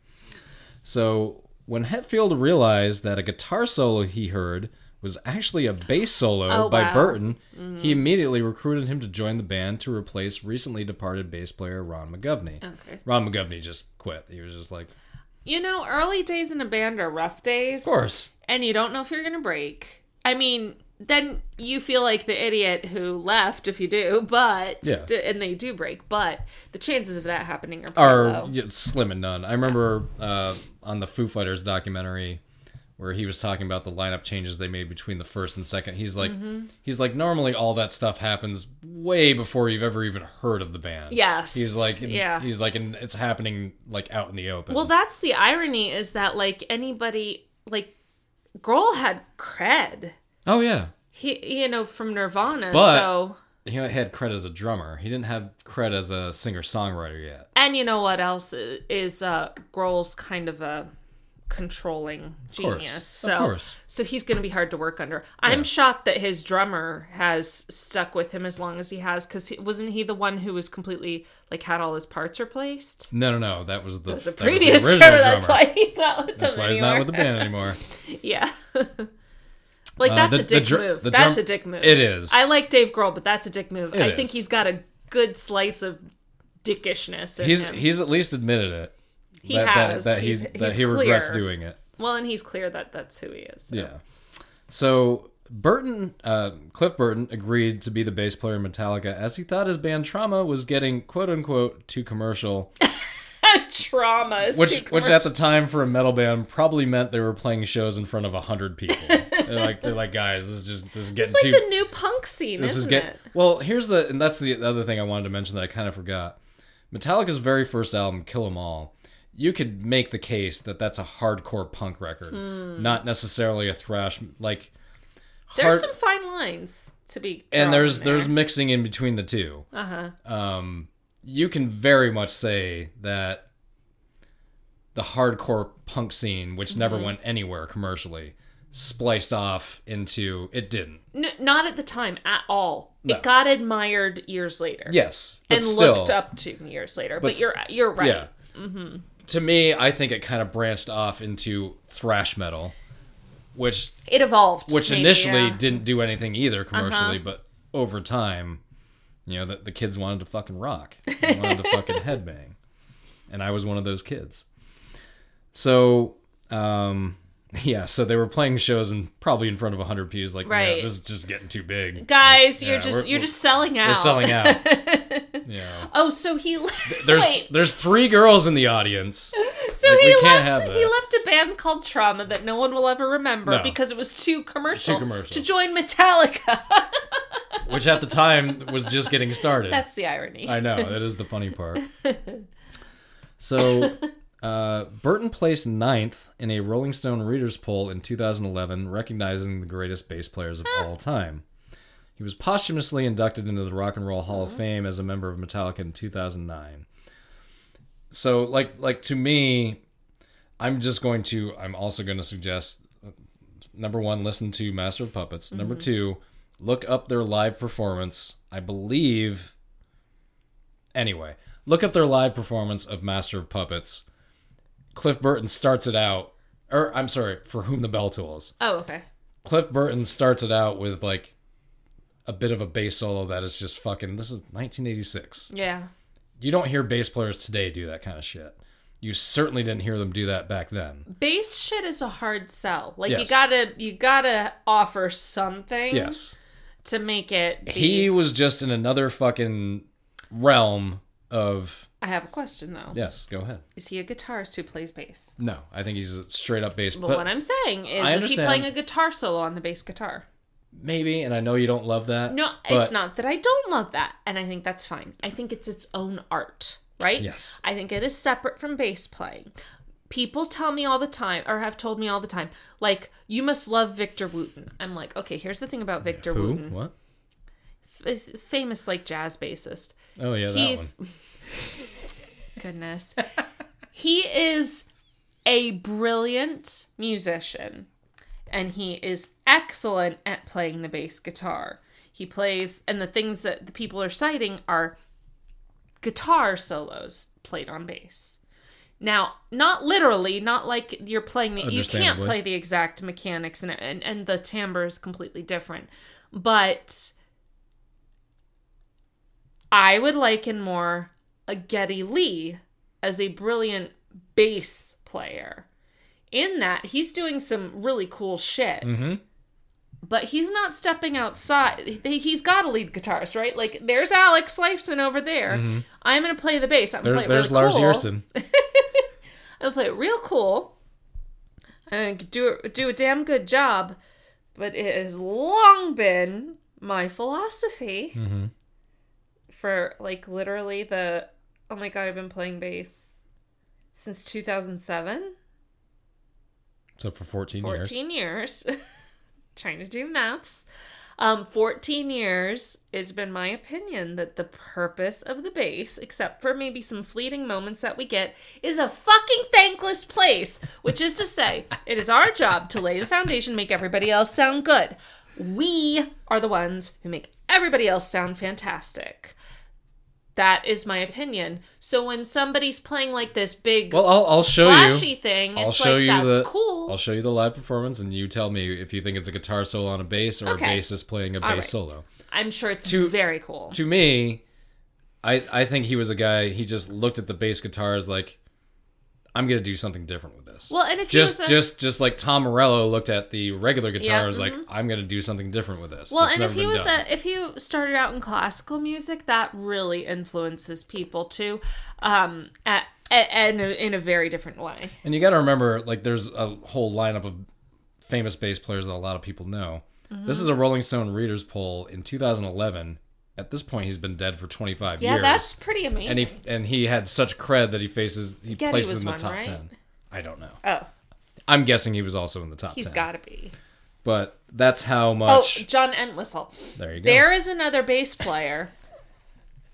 S2: So when Hetfield realized that a guitar solo he heard was actually a bass solo
S3: Oh,
S2: by
S3: wow. Mm-hmm.
S2: Burton, he immediately recruited him to join the band to replace recently departed bass player Ron McGovney.
S3: Okay.
S2: Ron McGovney just quit. He was just like, "Of
S3: You know, early days in a band are rough days.
S2: course."
S3: and you don't know if you're gonna break. I mean, then you feel like the idiot who left if you do, but
S2: Yeah.
S3: st- and they do break, but the chances of that happening are pretty
S2: are
S3: low.
S2: yeah, slim and none. I remember uh, on the Foo Fighters documentary where he was talking about the lineup changes they made between the first and second. He's like,
S3: Mm-hmm.
S2: he's like, normally all that stuff happens way before you've ever even heard of the band.
S3: Yes.
S2: He's like,
S3: Yeah.
S2: He's like, and it's happening like out in the open.
S3: Well, that's the irony is that like anybody like Grohl had cred.
S2: oh yeah.
S3: He you know from Nirvana,
S2: But-
S3: so
S2: He had cred as a drummer. He didn't have cred as a singer songwriter yet.
S3: and you know what else i- is uh Grohl's kind of a controlling
S2: course.
S3: genius.
S2: Of
S3: So
S2: course.
S3: so he's going to be hard to work under. I'm shocked that his drummer has stuck with him as long as he has cuz wasn't he the one who was completely like had all his parts replaced?
S2: No, no, no. That was the,
S3: It was the
S2: that was the
S3: previous
S2: original
S3: drummer. That's
S2: drummer.
S3: why he's not with
S2: That's
S3: them
S2: why he's
S3: anymore.
S2: not with the band anymore.
S3: Yeah. like
S2: Uh,
S3: that's
S2: the-
S3: a
S2: the
S3: dick
S2: dr-
S3: move.
S2: the
S3: That's
S2: drum-
S3: a dick move.
S2: it is.
S3: I like Dave Grohl, but that's a dick move. I think
S2: is.
S3: he's got a good slice of dickishness in
S2: He's
S3: him.
S2: he's at least admitted it.
S3: he
S2: that, that-
S3: has.
S2: that,
S3: he's,
S2: he,
S3: he's
S2: that he
S3: clear.
S2: regrets doing it.
S3: Well, and he's clear that that's who he is.
S2: Yeah. So Burton, uh, Cliff Burton, agreed to be the bass player in Metallica as he thought his band Trauma was getting "quote unquote" too commercial,
S3: Trauma. is
S2: which
S3: too
S2: which at the time for a metal band probably meant they were playing shows in front of hundred people. they're like they're like guys, this is just this is getting
S3: It's
S2: too
S3: like the new punk scene,
S2: this
S3: isn't
S2: is get
S3: it?
S2: well. Here's the and that's the other thing I wanted to mention that I kind of forgot. Metallica's very first album, Kill 'Em All, you could make the case that that's a hardcore punk record,
S3: Hmm.
S2: not necessarily a thrash like.
S3: There's
S2: hard-
S3: some fine lines to be. drawn
S2: and there's
S3: in there. Uh-huh.
S2: there's mixing in between the two. Uh huh. Um, you can very much say that the hardcore punk scene, which never
S3: Mm-hmm.
S2: went anywhere commercially, spliced off into it didn't.
S3: N- not at the time at all.
S2: No.
S3: It got admired years later.
S2: Yes, but
S3: and
S2: still,
S3: looked up to years later. But,
S2: s-
S3: you're you're right. Mm-hmm.
S2: Yeah. To me, I think it kind of branched off into thrash metal, which
S3: It evolved.
S2: which
S3: maybe,
S2: initially
S3: yeah. Uh-huh.
S2: didn't do anything either commercially, but over time, you know, the, the kids wanted to fucking rock, they wanted to fucking headbang, and I was one of those kids. So, um, yeah, so they were playing shows and probably in front of hundred pews, like, right.
S3: Right.
S2: this is just getting too big.
S3: guys, you're
S2: Yeah,
S3: just
S2: we're-
S3: you're just selling out.
S2: We're selling out. you know,
S3: Oh, so he
S2: there's
S3: wait,
S2: there's three girls in the audience.
S3: so
S2: like,
S3: he
S2: we can't
S3: left
S2: have
S3: he
S2: that.
S3: left a band called Trauma that no one will ever remember
S2: No.
S3: because it was too commercial,
S2: Too commercial.
S3: to join Metallica.
S2: which at the time was just getting started.
S3: That's the irony.
S2: I know that is the funny part. So, uh, Burton placed ninth in a Rolling Stone readers poll in 2011, recognizing the greatest bass players of all time. He was posthumously inducted into the Rock and Roll Hall of Fame as a member of Metallica in 2009. So, like, like to me, I'm just going to. I'm also going to suggest uh, number one, listen to Master of Puppets. Number two, look up their live performance. I believe Anyway, look up their live performance of Master of Puppets. Cliff Burton starts it out, or I'm sorry, for whom the bell tolls.
S3: Oh, okay.
S2: Cliff Burton starts it out with like a bit of a bass solo that is just fucking. This is 1986.
S3: Yeah.
S2: You don't hear bass players today do that kind of shit. You certainly didn't hear them do that back then.
S3: Bass shit is a hard sell. Like you
S2: Yes.
S3: gotta you gotta offer something
S2: Yes,
S3: to make it be,
S2: he was just in another fucking realm of.
S3: I have a question though.
S2: Yes, go ahead.
S3: Is he a guitarist who plays bass?
S2: No, I think he's a straight up bass.
S3: But,
S2: but-
S3: what I'm saying is was
S2: I
S3: he
S2: understand.
S3: playing a guitar solo on the bass guitar?
S2: maybe, and I know you don't love that.
S3: No,
S2: but-
S3: it's not that I don't love that, and I think that's fine. I think it's its own art, right?
S2: Yes.
S3: I think it is separate from bass playing. People tell me all the time, or have told me all the time, like you must love Victor Wooten. I'm like, okay, here's the thing about Victor
S2: Who?
S3: Wooten,
S2: What?
S3: F- is famous like jazz bassist.
S2: Oh yeah, that one.
S3: He's goodness. He is a brilliant musician. and he is excellent at playing the bass guitar. He plays, and the things that the people are citing are guitar solos played on bass. Now, not literally, not like you're playing the, you can't
S2: Understandably.
S3: play the exact mechanics and, and, and the timbre is completely different. But I would liken more a Getty Lee as a brilliant bass player. In that, he's doing some really cool shit,
S2: Mm-hmm.
S3: but he's not stepping outside. He- He's got a lead guitarist, right? Like, there's Alex Lifeson over there. I'm going to play the bass. I'm going
S2: Mm-hmm. There's
S3: to play it
S2: there's
S3: really
S2: Lars
S3: cool.
S2: Yersin.
S3: I'm gonna play it real cool. and do do a damn good job, but it has long been my philosophy
S2: Mhm.
S3: for like literally the oh my god I've been playing bass since 2007,
S2: So for 14, years.
S3: 14 years. Trying to do maths. Um, 14 years, it's been my opinion that the purpose of the base, except for maybe some fleeting moments that we get, is a fucking thankless place, which is to say, it is our job to lay the foundation, make everybody else sound good. We are the ones who make everybody else sound fantastic. That is my opinion. So when somebody's playing like this big
S2: Well, I'll, I'll show
S3: flashy
S2: you.
S3: thing,
S2: I'll
S3: it's
S2: show
S3: like
S2: you
S3: that's
S2: the.
S3: cool.
S2: I'll show you the live performance, and you tell me if you think it's a guitar solo on a bass or
S3: Okay.
S2: a bassist playing a bass
S3: right.
S2: solo.
S3: I'm sure it's
S2: To-
S3: very cool.
S2: To me, I I think he was a guy. He just looked at the bass guitars like, I'm gonna do something different with this.
S3: well, and if
S2: just
S3: he was a,
S2: just just like Tom Morello looked at the regular guitars
S3: mhm.
S2: like I'm gonna do something different with this.
S3: well,
S2: That's
S3: and if
S2: never
S3: he
S2: been
S3: was
S2: done.
S3: a, if he started out in classical music, that really influences people too, um, at, at, and in a very different way.
S2: and you got to remember like there's a whole lineup of famous bass players that a lot of people know. This is a Rolling Stone readers poll in 2011. At this point, he's been dead for 25
S3: Yeah,
S2: years.
S3: that's pretty amazing.
S2: and he and he had such cred that he faces he
S3: Getty was
S2: places in the
S3: one,
S2: top
S3: right?
S2: 10. I don't know.
S3: oh,
S2: I'm guessing he was also in the top
S3: he's
S2: 10.
S3: got to be.
S2: But that's how
S3: Oh,
S2: much.
S3: John Entwistle.
S2: there you go.
S3: There is another bass player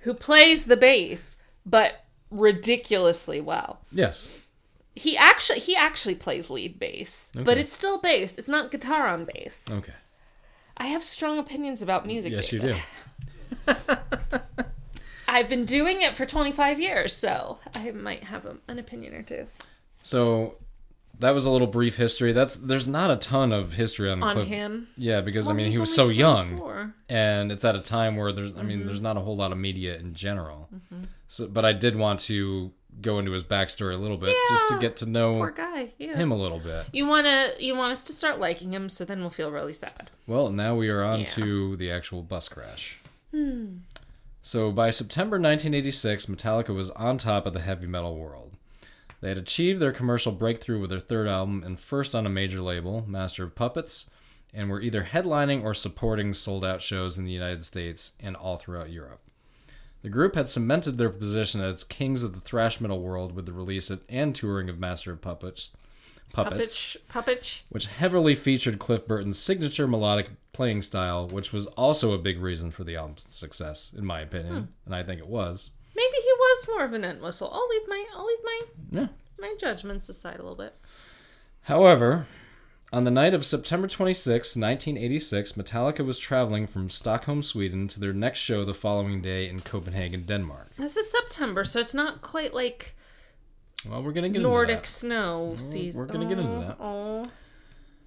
S3: who plays the bass, but ridiculously well.
S2: yes.
S3: He actually he actually plays lead bass, but
S2: Okay.
S3: it's still bass. It's not guitar on bass.
S2: Okay.
S3: I have strong opinions about music.
S2: Yes, you
S3: David.
S2: do.
S3: I've been doing it for 25 years, so I might have a, an opinion or two.
S2: So that was a little brief history. That's there's not a ton of history on,
S3: On
S2: Cliff-
S3: him?
S2: Yeah, because I mean he was so young, and it's at a time where there's I
S3: Mm-hmm.
S2: mean there's not a whole lot of media in general. So, but I did want to go into his backstory a little bit just to
S3: Yeah.
S2: get to know
S3: Poor guy. Yeah.
S2: him a little bit.
S3: You wanna you want us to start liking him, so then we'll feel really sad.
S2: Well, now we are on
S3: Yeah.
S2: to the actual bus crash. So, by September 1986, Metallica was on top of the heavy metal world. They had achieved their commercial breakthrough with their third album and first on a major label, Master of Puppets, and were either headlining or supporting sold out shows in the United States and all throughout Europe. The group had cemented their position as kings of the thrash metal world with the release of, and touring of Master of Puppets. Puppets
S3: Puppet, puppet.
S2: which heavily featured Cliff Burton's signature melodic playing style, which was also a big reason for the album's success, in my opinion,
S3: Hmm.
S2: and I think it was.
S3: Maybe he was more of an end whistle. I'll leave my I'll leave my
S2: Yeah.
S3: my judgments aside a little bit.
S2: However, on the night of September 26, 1986, Metallica was traveling from Stockholm, Sweden to their next show the following day in Copenhagen, Denmark.
S3: This is September, so it's not quite like
S2: Well, we're going to get into
S3: Nordic
S2: that.
S3: snow season.
S2: we're gonna get into that.
S3: Oh,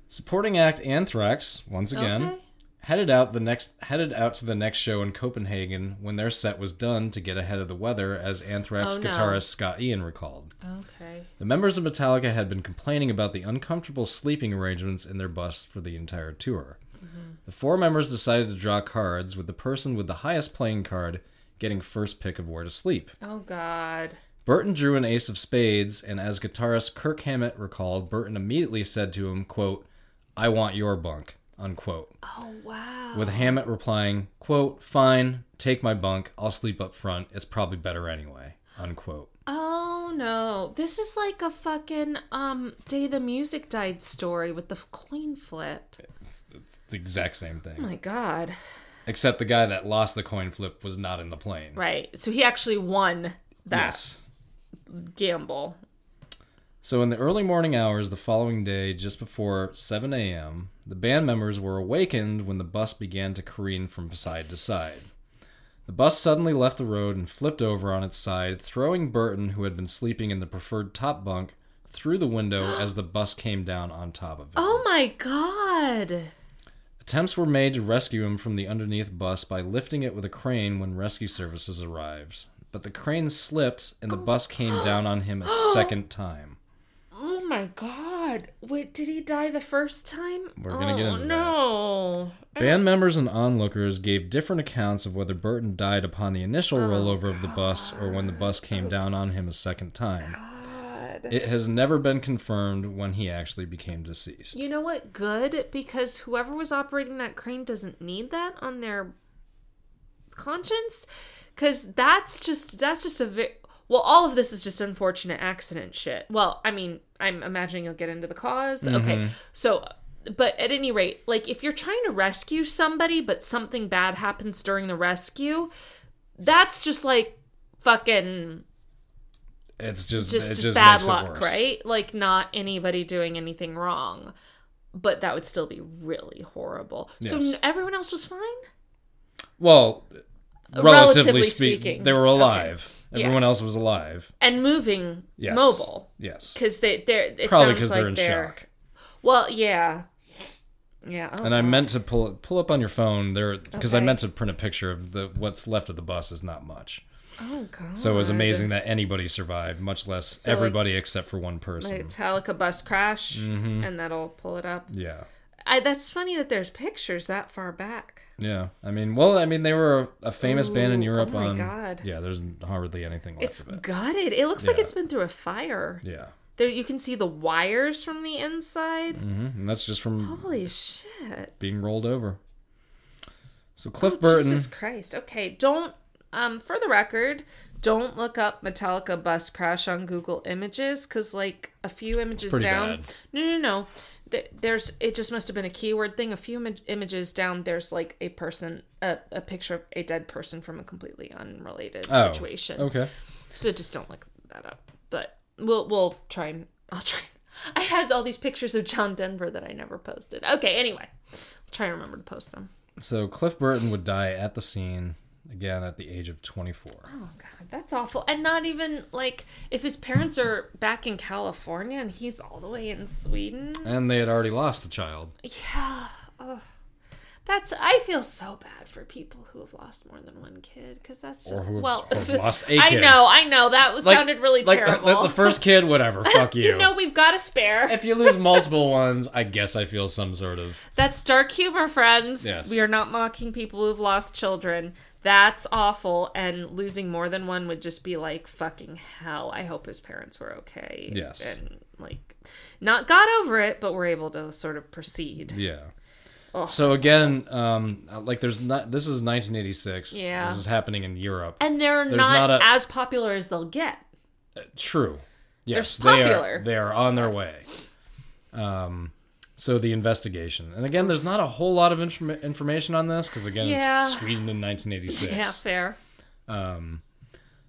S2: Supporting act Anthrax, once again,
S3: okay.
S2: headed out the next headed out to the next show in Copenhagen when their set was done to get ahead of the weather, as Anthrax
S3: Oh, no.
S2: guitarist Scott Ian recalled.
S3: Okay.
S2: The members of Metallica had been complaining about the uncomfortable sleeping arrangements in their bus for the entire tour. The four members decided to draw cards, with the person with the highest playing card getting first pick of where to sleep.
S3: Oh God.
S2: Burton drew an ace of spades, and as guitarist Kirk Hammett recalled, Burton immediately said to him, quote, I want your bunk, unquote
S3: Oh wow.
S2: with Hammett replying, quote, fine, take my bunk, I'll sleep up front, it's probably better anyway, unquote.
S3: Oh no. This is like a fucking um Day the Music Died story with the f- coin flip.
S2: It's the exact same
S3: Oh
S2: thing.
S3: my god.
S2: Except the guy that lost the coin flip was not in the plane.
S3: Right. So he actually won that
S2: Yes.
S3: gamble.
S2: So, in the early morning hours the following day, just before 7 a.m., the band members were awakened when the bus began to careen from side to side. The bus suddenly left the road and flipped over on its side, throwing Burton, who had been sleeping in the preferred top bunk, through the window as the bus came down on top of him.
S3: Oh my god.
S2: Attempts were made to rescue him from the underneath bus by lifting it with a crane when rescue services arrived, but the crane slipped and the bus came down on him a second time.
S3: Oh my god. Wait, did he die the first time?
S2: We're gonna get
S3: Oh,
S2: into that.
S3: no.
S2: Band members and onlookers gave different accounts of whether Burton died upon the initial
S3: Oh,
S2: rollover of the bus or when the bus came down on him a second time. It has never been confirmed when he actually became deceased.
S3: You know what? Good because whoever was operating that crane doesn't need that on their conscience cuz that's just that's just a vi- well, all of this is just unfortunate accident shit. Well, I mean, I'm imagining you'll get into the because Okay. So but at any rate, like if you're trying to rescue somebody but something bad happens during the rescue, that's just like fucking
S2: it's just,
S3: just,
S2: it
S3: just
S2: just
S3: bad
S2: makes it
S3: luck,
S2: worse.
S3: right? Like not anybody doing anything wrong. But that would still be really horrible. So
S2: Yes.
S3: n- everyone else was fine?
S2: Well, relatively,
S3: Relatively
S2: speak-
S3: speaking.
S2: they were
S3: Okay.
S2: alive.
S3: Yeah.
S2: Everyone else was alive.
S3: And moving
S2: Yes.
S3: mobile.
S2: Yes.
S3: Because they they're it sounds
S2: Probably because
S3: like
S2: they're in shock.
S3: Well, yeah. Yeah. oh,
S2: And I
S3: God.
S2: meant to pull pull up on your phone there because I
S3: Okay.
S2: meant to print a picture of the what's left of the bus is not much.
S3: Oh god.
S2: So it was amazing that anybody survived, much less
S3: like-
S2: everybody except for one person.
S3: Metallica bus crash
S2: Mm-hmm.
S3: and that'll pull it up.
S2: yeah.
S3: I, that's funny that there's pictures that far back.
S2: Yeah. I mean, well, I mean, they were a famous band in
S3: Ooh, oh
S2: Europe
S3: my
S2: on
S3: God.
S2: Yeah, there's hardly anything left
S3: It's
S2: of it.
S3: gutted. It looks like
S2: Yeah.
S3: it's been through a fire.
S2: Yeah.
S3: There you can see the wires from the inside.
S2: hmm And that's just from
S3: Holy shit.
S2: being rolled over. So Cliff
S3: Oh,
S2: Burton
S3: Jesus Christ. Okay, don't um for the record, don't look up Metallica bus crash on Google Images cuz like a few images
S2: pretty
S3: down.
S2: bad.
S3: No, no, no. Th- There's it just must have been a keyword thing. A few Im- images down there's like a person a, a picture of a dead person from a completely unrelated
S2: Oh,
S3: situation.
S2: Okay.
S3: So just don't look that up. But we'll we'll try and I'll try. I had all these pictures of John Denver that I never posted. Okay, anyway, I'll try and remember to post them.
S2: So Cliff Burton would die at the scene again at the age of 24.
S3: Oh god, that's awful. And not even like if his parents are back in California and he's all the way in Sweden.
S2: And they had already lost a child.
S3: Yeah. Ugh. That's I feel so bad for people who have lost more than one kid because that's just
S2: Or who have-
S3: well
S2: or have lost a
S3: I
S2: kid.
S3: know, I know that was
S2: Like-
S3: sounded really
S2: like uh, the-
S3: terrible.
S2: The, the first kid, whatever. Fuck you.
S3: you know we've got a spare.
S2: if you lose multiple ones, I guess I feel some sort of
S3: That's dark humor, friends.
S2: Yes.
S3: We are not mocking people who've lost children. That's awful. And losing more than one would just be like fucking hell. I hope his parents were okay.
S2: Yes.
S3: And like, not got over it, but were able to sort of proceed.
S2: yeah.
S3: Ugh.
S2: So again, um, like there's not. This is 1986.
S3: Yeah.
S2: This is happening in Europe.
S3: And they're
S2: There's
S3: not,
S2: not a-
S3: as popular as they'll get.
S2: True. Yes,
S3: They're
S2: they
S3: popular.
S2: are. They are on their way. Um, so the investigation, and again, there's not a whole lot of inform- information on this because again,
S3: Yeah.
S2: it's Sweden in 1986.
S3: Yeah, fair.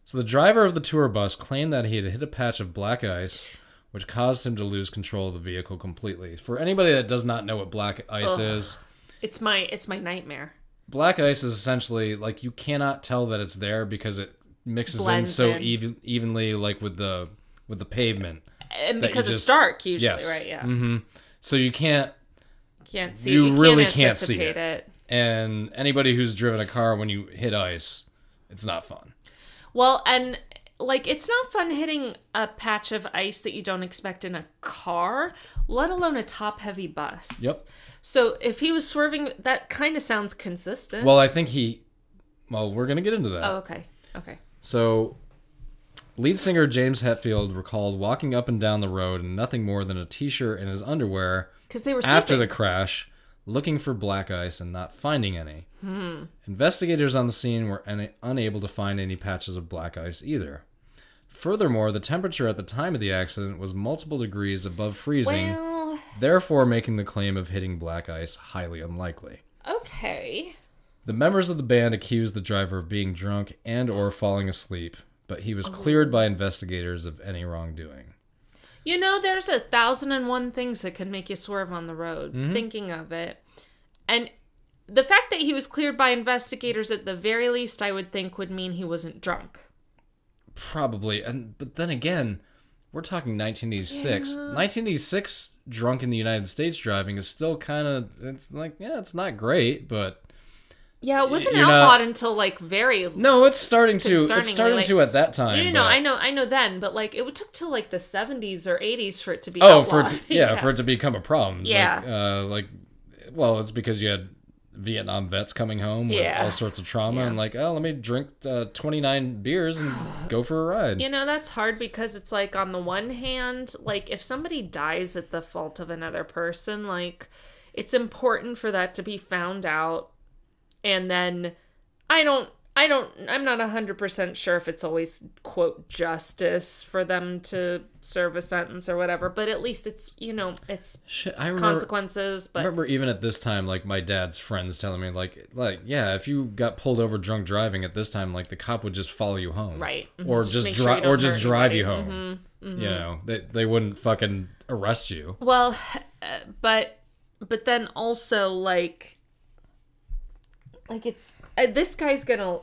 S2: So the driver of the tour bus claimed that he had hit a patch of black ice, which caused him to lose control of the vehicle completely. For anybody that does not know what black ice is,
S3: It's my it's my nightmare.
S2: black ice is essentially like you cannot tell that it's there because it mixes
S3: Blends
S2: in so
S3: in.
S2: even evenly, like with the with the pavement.
S3: And
S2: That you
S3: because it's
S2: just-
S3: dark usually,
S2: yes.
S3: right? Yeah.
S2: So you can't
S3: Can't see.
S2: You
S3: You,
S2: really
S3: can't,
S2: can't see
S3: anticipate it.
S2: and anybody who's driven a car when you hit ice, it's not fun.
S3: Well, and like it's not fun hitting a patch of ice that you don't expect in a car, let alone a top heavy bus.
S2: Yep.
S3: So if he was swerving, that kind of sounds consistent.
S2: Well, I think he. Well, we're gonna get into that.
S3: oh, okay. Okay.
S2: So, lead singer James Hetfield recalled walking up and down the road in nothing more than a t-shirt and his underwear
S3: Because they were
S2: after the
S3: sleeping.
S2: crash, looking for black ice and not finding any. Investigators on the scene were una- unable to find any patches of black ice either. Furthermore, the temperature at the time of the accident was multiple degrees above freezing.
S3: Well,
S2: therefore making the claim of hitting black ice highly unlikely.
S3: okay.
S2: The members of the band accused the driver of being drunk and or falling asleep, but he was cleared by investigators of any wrongdoing.
S3: You know, there's a thousand and one things that can make you swerve on the road,
S2: Mm-hmm.
S3: thinking of it. And the fact that he was cleared by investigators at the very least, I would think, would mean he wasn't drunk.
S2: Probably. And but then again, we're talking 1986. 1986 drunk in the United States driving is still kind of it's like yeah, it's not great, but
S3: Yeah, it wasn't
S2: you're not-
S3: outlawed until like very.
S2: no, it's starting to
S3: concerningly,
S2: it's starting
S3: like-
S2: to at that time.
S3: You know,
S2: but-
S3: I know, I know. Then, but like, it took till like the seventies or eighties for it to be.
S2: Oh, for it
S3: outlawed.
S2: to, yeah, for it to become a problem. It's
S3: Yeah.
S2: Like, uh, like, well, it's because you had Vietnam vets coming home with
S3: Yeah.
S2: all sorts of trauma and like, oh, let me drink uh, 29 beers and go for a ride.
S3: You know, that's hard because it's like, on the one hand, like, if somebody dies at the fault of another person, like, it's important for that to be found out. And then I don't, I don't, I'm not 100% sure if it's always, quote, justice for them to serve a sentence or whatever, but at least it's, you know, it's
S2: Shit, I remember,
S3: consequences.
S2: I
S3: But
S2: remember even at this time, like my dad's friends telling me, like, like yeah, if you got pulled over drunk driving at this time, like the cop would just follow you home,
S3: Right. Mhm.
S2: Or
S3: Just
S2: just,
S3: make sure
S2: drive,
S3: you don't
S2: or just
S3: hurt
S2: drive you
S3: anybody. Mm-hmm.
S2: home. You know, they they wouldn't fucking arrest you.
S3: Well, uh, but but then also like like it's uh, this guy's gonna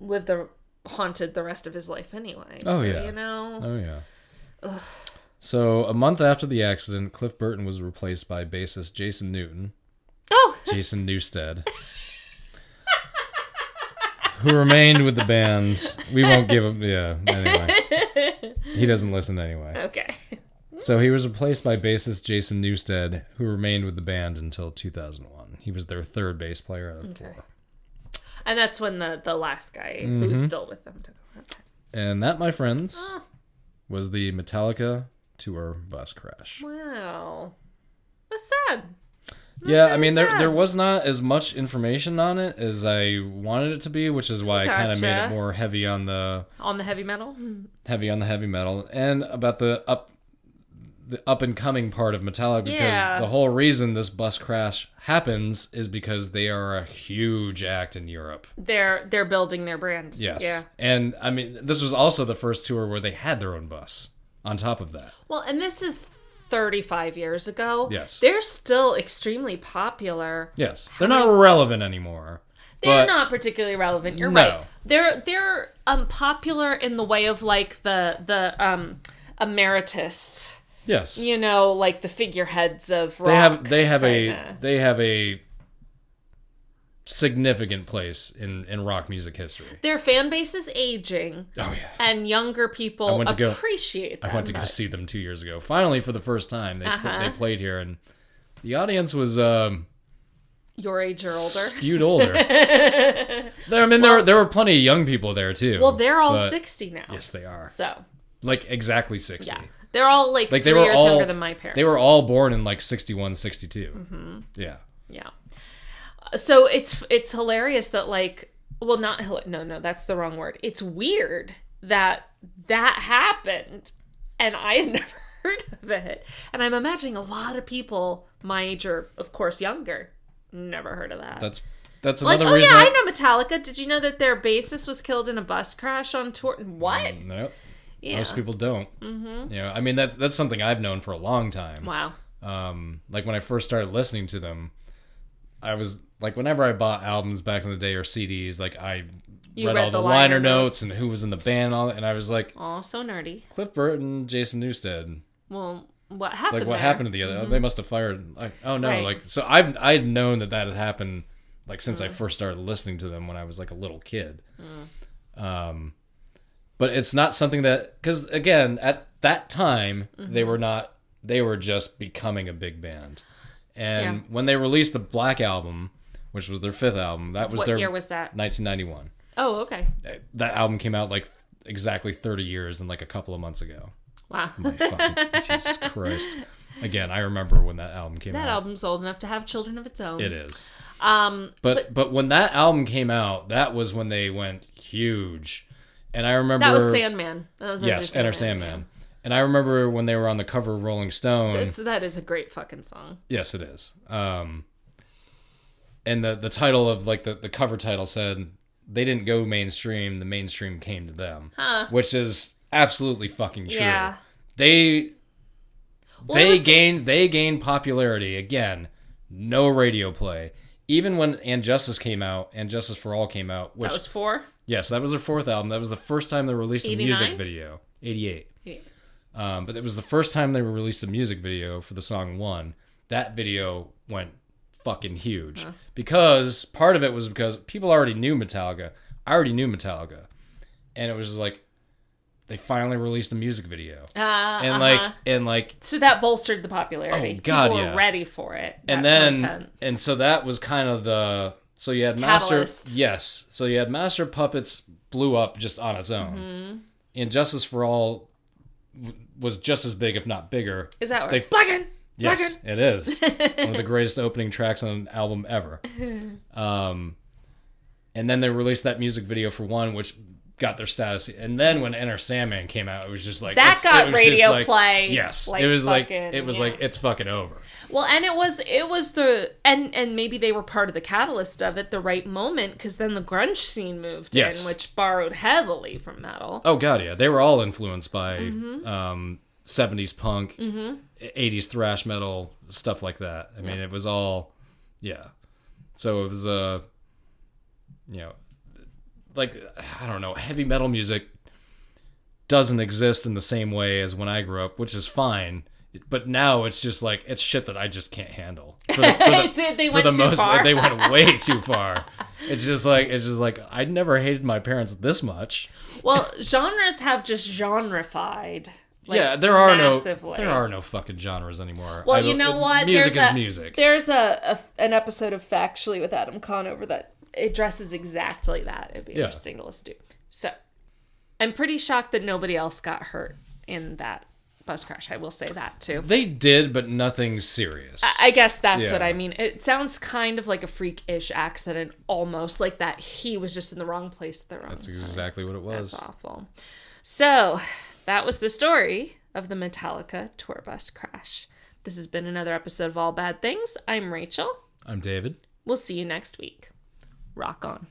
S3: live the haunted the rest of his life anyway.
S2: Oh,
S3: so,
S2: yeah.
S3: you know.
S2: Oh yeah. So a month after the accident, Cliff Burton was replaced by bassist Jason Newton,
S3: Oh,
S2: Jason Newstead, who remained with the band. We won't give him. Yeah. Anyway, he doesn't listen anyway.
S3: okay.
S2: So he was replaced by bassist Jason Newstead, who remained with the band until 2001. He was their third bass player out of four.
S3: And that's when the the last guy
S2: Mm-hmm.
S3: who's still with them took over. Okay.
S2: And that, my friends, was the Metallica tour bus crash.
S3: Wow, that's sad.
S2: yeah,
S3: sure
S2: I mean there
S3: it's
S2: there
S3: that.
S2: was not as much information on it as I wanted it to be, which is why I kind of made it
S3: Gotcha.
S2: more heavy on the
S3: On the heavy metal.
S2: heavy on the heavy metal and about the up the up and coming part of Metallica because
S3: Yeah.
S2: the whole reason this bus crash happens is because they are a huge act in Europe.
S3: They're they're building their brand.
S2: Yes.
S3: Yeah.
S2: And I mean this was also the first tour where they had their own bus on top of that.
S3: Well, and this is 35 years ago.
S2: Yes.
S3: They're still extremely popular.
S2: Yes. They're not relevant anymore.
S3: They're
S2: but-
S3: not particularly relevant. You're
S2: No.
S3: right. They're they're um popular in the way of like the the um emeritus,
S2: Yes.
S3: you know, like the figureheads of rock.
S2: they have they have
S3: kinda.
S2: a they have a significant place in in rock music history.
S3: Their fan base is aging,
S2: Oh yeah.
S3: and younger people
S2: went to go-
S3: appreciate them.
S2: I went to go
S3: but-
S2: see them 2 years ago. Finally for the first time they pl-
S3: Uh-huh.
S2: they played here and the audience was um
S3: your age or older.
S2: skewed older. there I mean there there were plenty of young people there too.
S3: Well, they're all
S2: but-
S3: 60 now.
S2: Yes, they are.
S3: So,
S2: Like exactly 60.
S3: yeah. They're all like,
S2: Like
S3: three
S2: they were
S3: years
S2: all
S3: younger than my parents. Mm-hmm.
S2: They were all born in like 61, 62. Yeah.
S3: Yeah. So it's it's hilarious that like well not hila- no no that's the wrong word. It's weird that that happened and I had never heard of it. And I'm imagining a lot of people my age or of course younger never heard of that.
S2: That's that's
S3: like oh
S2: another
S3: yeah,
S2: reason.
S3: I know Metallica. Did you know that their bassist was killed in a bus crash on tour? What?
S2: Nope.
S3: Yeah.
S2: Most people don't. Mm-hmm. You know, I mean that's that's something I've known for a long time.
S3: Wow.
S2: Um, like when I first started listening to them, I was like, whenever I bought albums back in the day or CDs, like I
S3: You
S2: read,
S3: read
S2: all
S3: the
S2: the,
S3: liner
S2: liner, notes and who was in the band, and all that, and I was like,
S3: Oh, so nerdy.
S2: Cliff Burton, Jason Newstead.
S3: Well, what
S2: Like
S3: happened?
S2: what
S3: there?
S2: happened to the other? oh, They must have fired. Like, oh no!
S3: Mm-hmm. Right.
S2: Like so, I've I had known that that had happened like since
S3: Mm.
S2: I first started listening to them when I was like a little kid. Um,
S3: Mm.
S2: but it's not something that because again at that time they
S3: Mm-hmm.
S2: were not they were just becoming a big band, and
S3: Yeah.
S2: when they released the Black album, which was their fifth album, that was
S3: What
S2: their
S3: year was that?
S2: 1991.
S3: Oh, okay.
S2: That album came out like exactly 30 years and like a couple of months ago.
S3: Wow.
S2: My fucking Jesus Christ. Again, I remember when that album came
S3: That
S2: out.
S3: album's old enough to have children of its own.
S2: It is.
S3: Um,
S2: But, but when that album came out, that was when they went huge. And I remember
S3: that was Sandman. That was
S2: Yes, Enter Sandman. And I remember when they were on the cover of Rolling Stone.
S3: That's, that is a great fucking song.
S2: Yes, it is. Um, and the the title of like the, the cover title said they didn't go mainstream; the mainstream came to them, which is absolutely fucking true.
S3: Yeah.
S2: They
S3: Well, it
S2: they
S3: was-
S2: gained they gained popularity again. No radio play. Even when And Justice came out and Justice for All came out, which
S3: That was four.
S2: yes, that was their fourth album. That was the first time they released a music
S3: 89?
S2: video. Eighty eight.
S3: Yeah.
S2: Um, but it was the first time they released a music video for the song One. That video went fucking huge because part of it was because people already knew Metallica. I already knew Metallica, and it was just like they finally released a music video,
S3: Uh,
S2: and
S3: uh-huh.
S2: like and like
S3: so that bolstered the popularity.
S2: Oh, God,
S3: People
S2: yeah.
S3: were ready for it.
S2: and
S3: that
S2: then
S3: content.
S2: and so that was kind of the so you had
S3: Catalyst.
S2: master yes so you had master puppets blew up just on its own
S3: Mm-hmm.
S2: and justice for all w- was just as big if not bigger
S3: is that
S2: they-
S3: right? Blacken.
S2: yes it is one of the greatest opening tracks on an album ever um and then they released that music video for one which got their status and then when enter sandman came out it was just like
S3: That
S2: it's- it
S3: got
S2: was just
S3: radio
S2: like-
S3: play,
S2: yes
S3: like,
S2: it was like
S3: fucking-
S2: it was
S3: yeah.
S2: like it's fucking over
S3: Well, and it was it was the and and maybe they were part of the catalyst of it, the right moment, because then the grunge scene moved
S2: Yes.
S3: in, which borrowed heavily from metal.
S2: Oh god, yeah, they were all influenced by
S3: Mm-hmm.
S2: um, '70s punk, '80s thrash metal, stuff like that. I mean, it was all, yeah. So it was uh, you know, like I don't know, heavy metal music doesn't exist in the same way as when I grew up, which is fine. But now it's just like it's shit that I just can't handle. For the- for the-
S3: they they
S2: for
S3: went
S2: the
S3: too
S2: most
S3: far.
S2: they went way too far. It's just like it's just like I never hated my parents this much.
S3: well, genres have just genrefied. like,
S2: yeah, there are
S3: massively.
S2: no there are no fucking genres anymore. I
S3: Well,
S2: don't-
S3: you know
S2: it-
S3: what?
S2: Music
S3: there's
S2: is
S3: a,
S2: music.
S3: There's a, a f- an episode of Factually with Adam Conover that addresses exactly that. It'd be
S2: Yeah.
S3: interesting to listen to. So, I'm pretty shocked that nobody else got hurt in that bus crash. I will say that too.
S2: They did, but nothing serious.
S3: I guess that's
S2: Yeah.
S3: what I mean. It sounds kind of like a freak-ish accident, almost like that he was just in the wrong place at the wrong
S2: That's
S3: time.
S2: exactly what it
S3: That's
S2: was.
S3: awful. So that was the story of the Metallica tour bus crash. This has been another episode of All Bad Things. I'm Rachel.
S2: I'm David.
S3: We'll see you next week. Rock on.